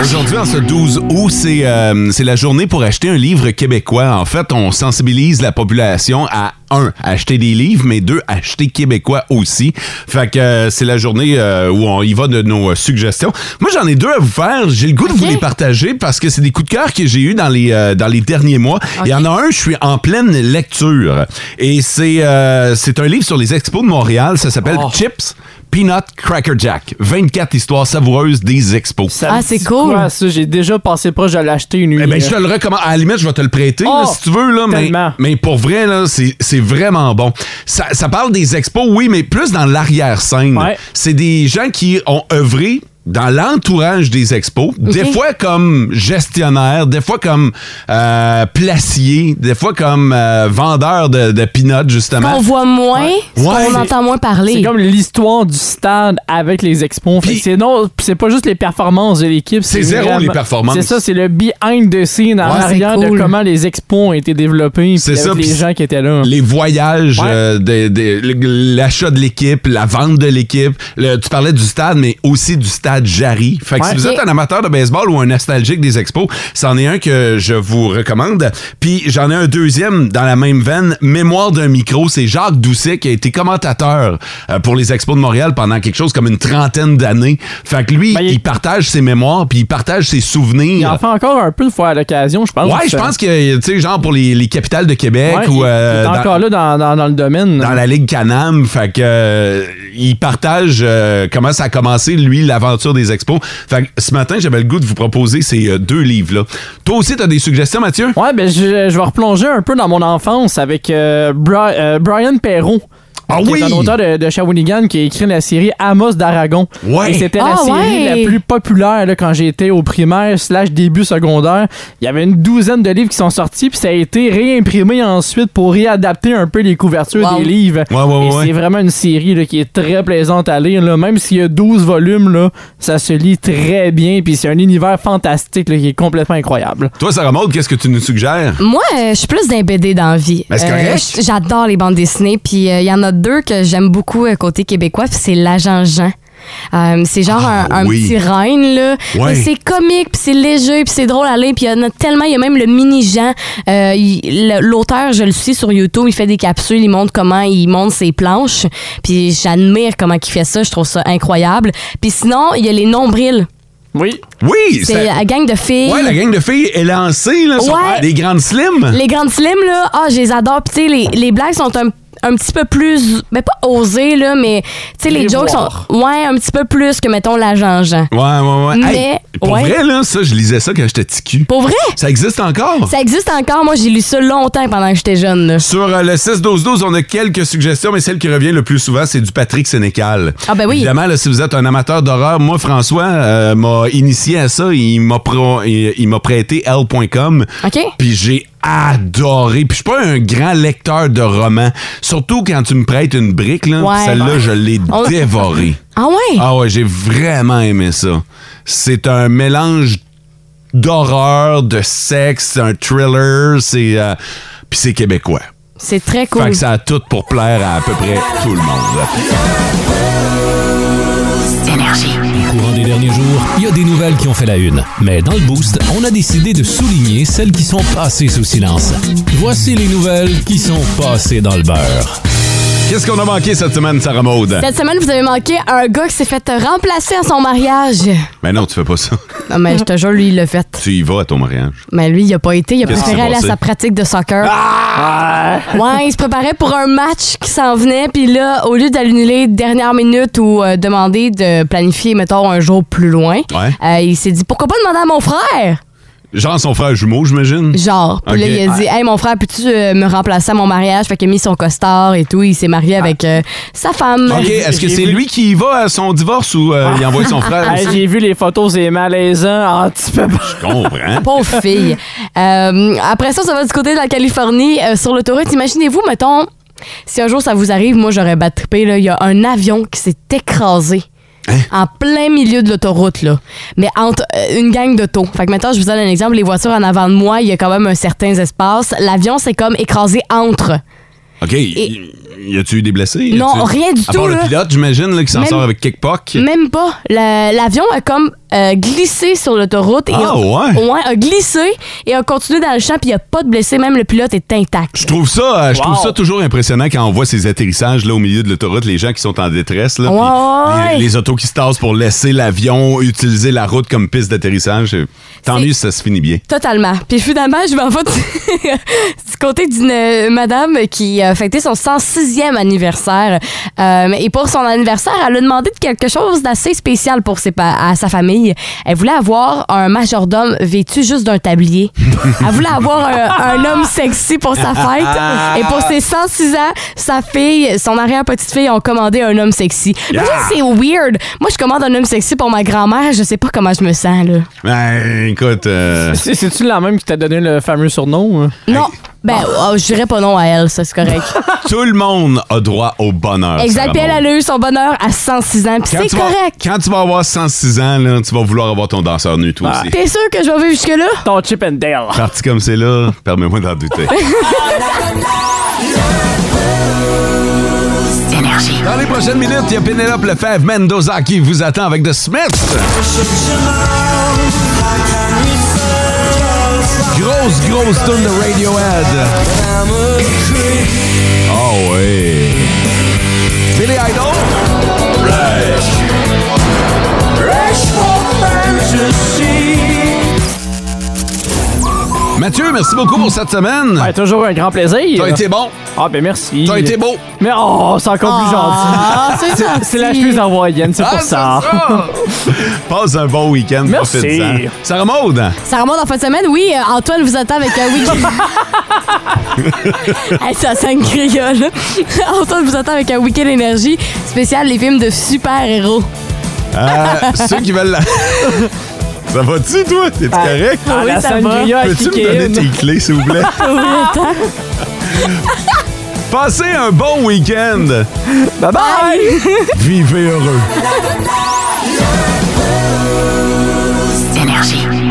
S4: Aujourd'hui, en ce 12 août, c'est euh, c'est la journée pour acheter un livre québécois. En fait, on sensibilise la population à, un, acheter des livres, mais deux, acheter québécois aussi. Fait que euh, c'est la journée euh, où on y va de nos euh, suggestions. Moi, j'en ai deux à vous faire. J'ai le goût de vous les partager parce que c'est des coups de cœur que j'ai eu dans les, euh, dans les derniers mois. Il y en a un, je suis en pleine lecture. Et c'est euh, c'est un livre sur les expos de Montréal. Ça s'appelle Chips. Peanut Cracker Jack, 24 histoires savoureuses des expos.
S6: Ça me dit quoi, ça? J'ai déjà passé proche de l'acheter une nuit.
S4: Eh ben, je te le recommande. À la limite, je vais te le prêter là,
S6: Oh,
S4: si tu veux. Là, mais,
S6: tellement.
S4: mais pour vrai, là, c'est c'est vraiment bon. Ça, ça parle des expos, oui, mais plus dans l'arrière-scène. C'est des gens qui ont œuvré dans l'entourage des expos, des
S15: Ok.
S4: fois comme gestionnaire, des fois comme euh, placier, des fois comme euh, vendeur de, de peanuts, justement.
S5: Qu'on voit moins,
S4: Ouais.
S5: qu'on entend moins parler.
S6: C'est comme l'histoire du stade avec les expos. Fait que C'est non, c'est pas juste les performances de l'équipe.
S4: C'est zéro, les performances.
S6: C'est ça, c'est le behind the scene en
S4: Ouais.
S6: arrière
S4: C'est cool.
S6: de comment les expos ont été développés.
S4: C'est
S6: C'est
S4: ça,
S6: ça.
S4: puis
S6: Les gens qui étaient là.
S4: Les voyages,
S6: Hum. Ouais.
S4: euh, des- des- le- l'achat de l'équipe, la vente de l'équipe. Le- Tu parlais du stade, mais aussi du stade Jarry. Fait que
S15: Ouais.
S4: si vous
S15: Ok.
S4: êtes un amateur de baseball ou un nostalgique des expos, c'en est un que je vous recommande. Puis j'en ai un deuxième dans la même veine, Mémoire d'un micro. C'est Jacques Doucet qui a été commentateur euh, pour les expos de Montréal pendant quelque chose comme une trentaine d'années. Fait que lui, il... partage ses mémoires, puis il partage ses souvenirs.
S6: Ben, Il en fait encore un peu de fois à l'occasion, je pense.
S4: Ouais, je pense que, tu sais, genre pour les, les capitales de Québec
S6: Ouais,
S4: ou.
S6: il-
S4: euh,
S6: il est
S4: dans-
S6: encore là dans, dans- dans le domaine.
S4: dans la Ligue Canam. Fait que euh, il partage euh, comment ça a commencé, lui, l'aventure des expos. Fait que ce matin, j'avais le goût de vous proposer ces euh, deux livres-là. Toi aussi, t'as des suggestions, Mathieu?
S6: Ouais, ben je, je vais replonger un peu dans mon enfance avec euh, Bri- euh, Brian Perrault.
S4: Ah
S6: qui
S4: oui!
S6: Est un auteur de, de Shawinigan qui a écrit la série Amos d'Aragon.
S4: Ouais.
S6: Et c'était
S5: Ah
S6: la série
S5: ouais!
S6: la plus populaire là, quand j'étais au primaire slash début secondaire. Il y avait une douzaine de livres qui sont sortis puis ça a été réimprimé ensuite pour réadapter un peu les couvertures
S15: Wow.
S6: des livres.
S4: ouais,
S6: Et
S4: ouais.
S6: c'est vraiment une série là, qui est très plaisante à lire. là. Même s'il y a 12 volumes, là, ça se lit très bien puis c'est un univers fantastique là, qui est complètement incroyable.
S4: Toi, Sarah Maud, qu'est-ce que tu nous suggères?
S5: Moi, euh, je suis plus d'un BD d'envie.
S4: Ben, c'est correct.
S5: Euh, J'adore les bandes dessinées, puis euh, il y en a deux que j'aime beaucoup euh, côté québécois, puis c'est l'agent Jean. Euh, c'est genre
S4: Ah,
S5: un, un
S16: oui.
S5: petit reine là,
S16: Ouais.
S5: mais c'est comique, puis c'est léger, puis c'est drôle à lire, puis il y en a tellement, il y a même le mini Jean. Euh, il- le- L'auteur, je le suis sur YouTube, il fait des capsules, il montre comment il monte ses planches, puis j'admire comment il fait ça, je trouve ça incroyable. Puis sinon, il y a les nombrils.
S6: Oui.
S4: Oui!
S5: C'est
S4: ça-
S5: la gang de filles.
S4: Ouais, la gang de filles est lancée, là, sur
S5: Ouais.
S4: des grandes slims.
S5: Les grandes slim, là, ah, je les adore. Puis, tu sais, les, les blagues sont un, un petit peu plus. Mais pas osées, là, mais. Tu sais, les,
S4: Les
S5: jokes
S4: voir.
S5: sont. Ouais, un petit peu plus que, mettons, la Jean-Jean.
S4: Ouais, ouais, ouais.
S5: Mais-
S4: pour
S5: ouais.
S4: vrai, là, ça, je lisais ça quand j'étais ticu.
S5: Pour vrai?
S4: Ça existe encore?
S5: Ça existe encore. Moi, j'ai lu ça longtemps pendant que j'étais jeune, là.
S4: Sur euh, le 6-12-12, on a quelques suggestions, mais celle qui revient le plus souvent, c'est du Patrick Sénécal.
S5: Ah ben oui.
S4: Évidemment, là, si vous êtes un amateur d'horreur, moi, François euh, m'a initié à ça. Il m'a pro- il, il m'a prêté L.com.
S5: OK.
S4: Puis j'ai adoré. Puis je suis pas un grand lecteur de romans. Surtout quand tu me prêtes une brique, là.
S5: Ouais. Oh.
S4: puis Celle-là, je l'ai
S5: On-
S4: dévorée.
S5: Ah ouais?
S4: Ah ouais, j'ai vraiment aimé ça. C'est un mélange d'horreur, de sexe, c'est un thriller, c'est euh, puis c'est québécois.
S5: C'est très
S4: Fait
S5: cool.
S4: que ça a tout pour plaire à à peu près tout le monde.
S3: Au courant des derniers jours, il y a des nouvelles qui ont fait la une. Mais dans le Boost, on a décidé de souligner celles qui sont passées sous silence. Voici les nouvelles qui sont passées dans le beurre.
S4: Qu'est-ce qu'on a manqué cette semaine, Sarah Maud?
S5: Cette semaine, vous avez manqué un gars qui s'est fait remplacer à son mariage.
S4: Mais non, tu fais pas ça.
S5: Non, mais je te jure, lui, il l'a fait.
S4: Tu y vas à ton mariage.
S5: Mais lui, il a pas été. Il a
S4: Qu'est-ce qui
S5: préféré aller
S4: s'est
S5: à
S4: passé? Ah!
S5: sa pratique de soccer. Ouais, il se préparait pour un match qui s'en venait, puis là, au lieu d'annuler dernière minute ou euh, demander de planifier, mettons, un jour plus loin,
S4: Ouais.
S5: euh, il s'est dit pourquoi pas demander à mon frère?
S4: Genre son frère jumeau, j'imagine?
S5: Genre. Puis là,
S4: Ok.
S5: il a dit Hey, mon frère, peux-tu euh, me remplacer à mon mariage Fait qu'il a mis son costard et tout. Il s'est marié avec euh, sa femme.
S4: Ah. OK, est-ce que c'est lui qui y va à son divorce ou euh, il envoie son frère?
S6: Hey,
S4: aussi?
S6: J'ai vu les photos, c'est malaisant. Ah, tu peux pas.
S4: Je comprends.
S5: Pauvre fille. Euh, après ça, ça va du côté de la Californie, euh, sur l'autoroute. Imaginez-vous, mettons, si un jour ça vous arrive, moi j'aurais bad trippé, là, il y a un avion qui s'est écrasé.
S4: Hein?
S5: En plein milieu de l'autoroute, là. Mais entre euh, une gang d'autos. Fait que maintenant, je vous donne un exemple. Les voitures en avant de moi, il y a quand même un certain espace. L'avion s'est comme écrasé entre.
S4: OK, y- y a-tu eu des blessés? Y
S5: Non,
S4: a-tu-
S5: rien du
S4: à
S5: tout,
S4: part
S5: là.
S4: le pilote, j'imagine, là, qui s'en
S5: Même-
S4: sort avec kickpock.
S5: Même pas. La- L'avion a comme euh, glissé sur l'autoroute. et
S4: Ah,
S5: a-
S4: ouais?
S5: a glissé et a continué dans le champ, puis il n'y a pas de blessé. Même le pilote est intact.
S4: Je trouve ça, euh, je trouve
S5: Wow.
S4: ça toujours impressionnant quand on voit ces atterrissages là au milieu de l'autoroute, les gens qui sont en détresse, là, puis
S5: Ouais, ouais.
S4: les, les autos qui se tassent pour laisser l'avion utiliser la route comme piste d'atterrissage. Euh, Tant mieux si ça se finit bien.
S5: Totalement. Puis finalement, je m'en vais du du côté d'une euh, madame qui a fêté son 106e anniversaire. Euh, et pour son anniversaire, elle a demandé de quelque chose d'assez spécial pour ses pa- à sa famille. Elle voulait avoir un majordome vêtu juste d'un tablier. elle voulait avoir un, un homme sexy pour sa fête. Et pour ses 106 ans, sa fille, son arrière-petite-fille ont commandé un homme sexy. Mais
S4: Yeah!
S5: c'est weird. Moi, je commande un homme sexy pour ma grand-mère. Je sais pas comment je me sens, là.
S4: Ben, écoute, euh,
S6: C'est- C'est-tu la même qui t'a donné le fameux surnom? hein?
S5: Non. Ben,
S4: Ah.
S5: oh, je dirais pas non à elle, ça, c'est correct.
S4: tout le monde a droit au bonheur.
S5: exact.
S4: Sarah
S5: Puis elle,
S4: Maud.
S5: elle a eu son bonheur à 106 ans. Puis
S4: Quand
S5: c'est
S4: tu vas-
S5: correct.
S4: quand tu vas avoir 106 ans, là, tu vas vouloir avoir ton danseur nu, toi aussi.
S5: T'es sûr que je vais vivre jusque-là?
S6: Ton Chip and Dale.
S4: Parti comme c'est là, permets-moi d'en douter. Dans les prochaines minutes, il y a Penelope Lefebvre Mendoza qui vous attend avec The Smiths. Grosse, grosse tune de Radiohead. Oh oui. Billy Idol. Mathieu, merci beaucoup pour cette semaine.
S6: toujours un grand plaisir.
S4: T'as été bon.
S6: Ah, ben merci.
S4: T'as été beau.
S6: Mais oh, c'est encore plus
S5: Ah,
S6: gentil.
S5: c'est gentil.
S6: C'est la chemise hawaïenne, c'est
S5: Ah,
S6: pour
S5: c'est
S6: ça.
S5: ça.
S4: Passe un bon week-end.
S6: Merci.
S4: profite-en. Sarah Maud. hein?
S5: Ça remonte en fin de semaine? Oui, euh, Antoine vous attend avec un week-end. Hey, ça sent le créole. hein? Antoine vous attend avec un week-end énergie spécial les films de super-héros.
S4: Euh, ceux qui veulent la... Ça va-tu, toi? T'es-tu
S6: Ah,
S4: correct?
S6: ah, la Oui, ça sangria va. a
S4: Peux-tu
S6: kické
S4: me donner
S6: in.
S4: tes clés, s'il vous plaît?
S5: hein?
S4: Passez un bon week-end!
S6: Bye-bye!
S4: Vivez heureux!
S9: Énergie.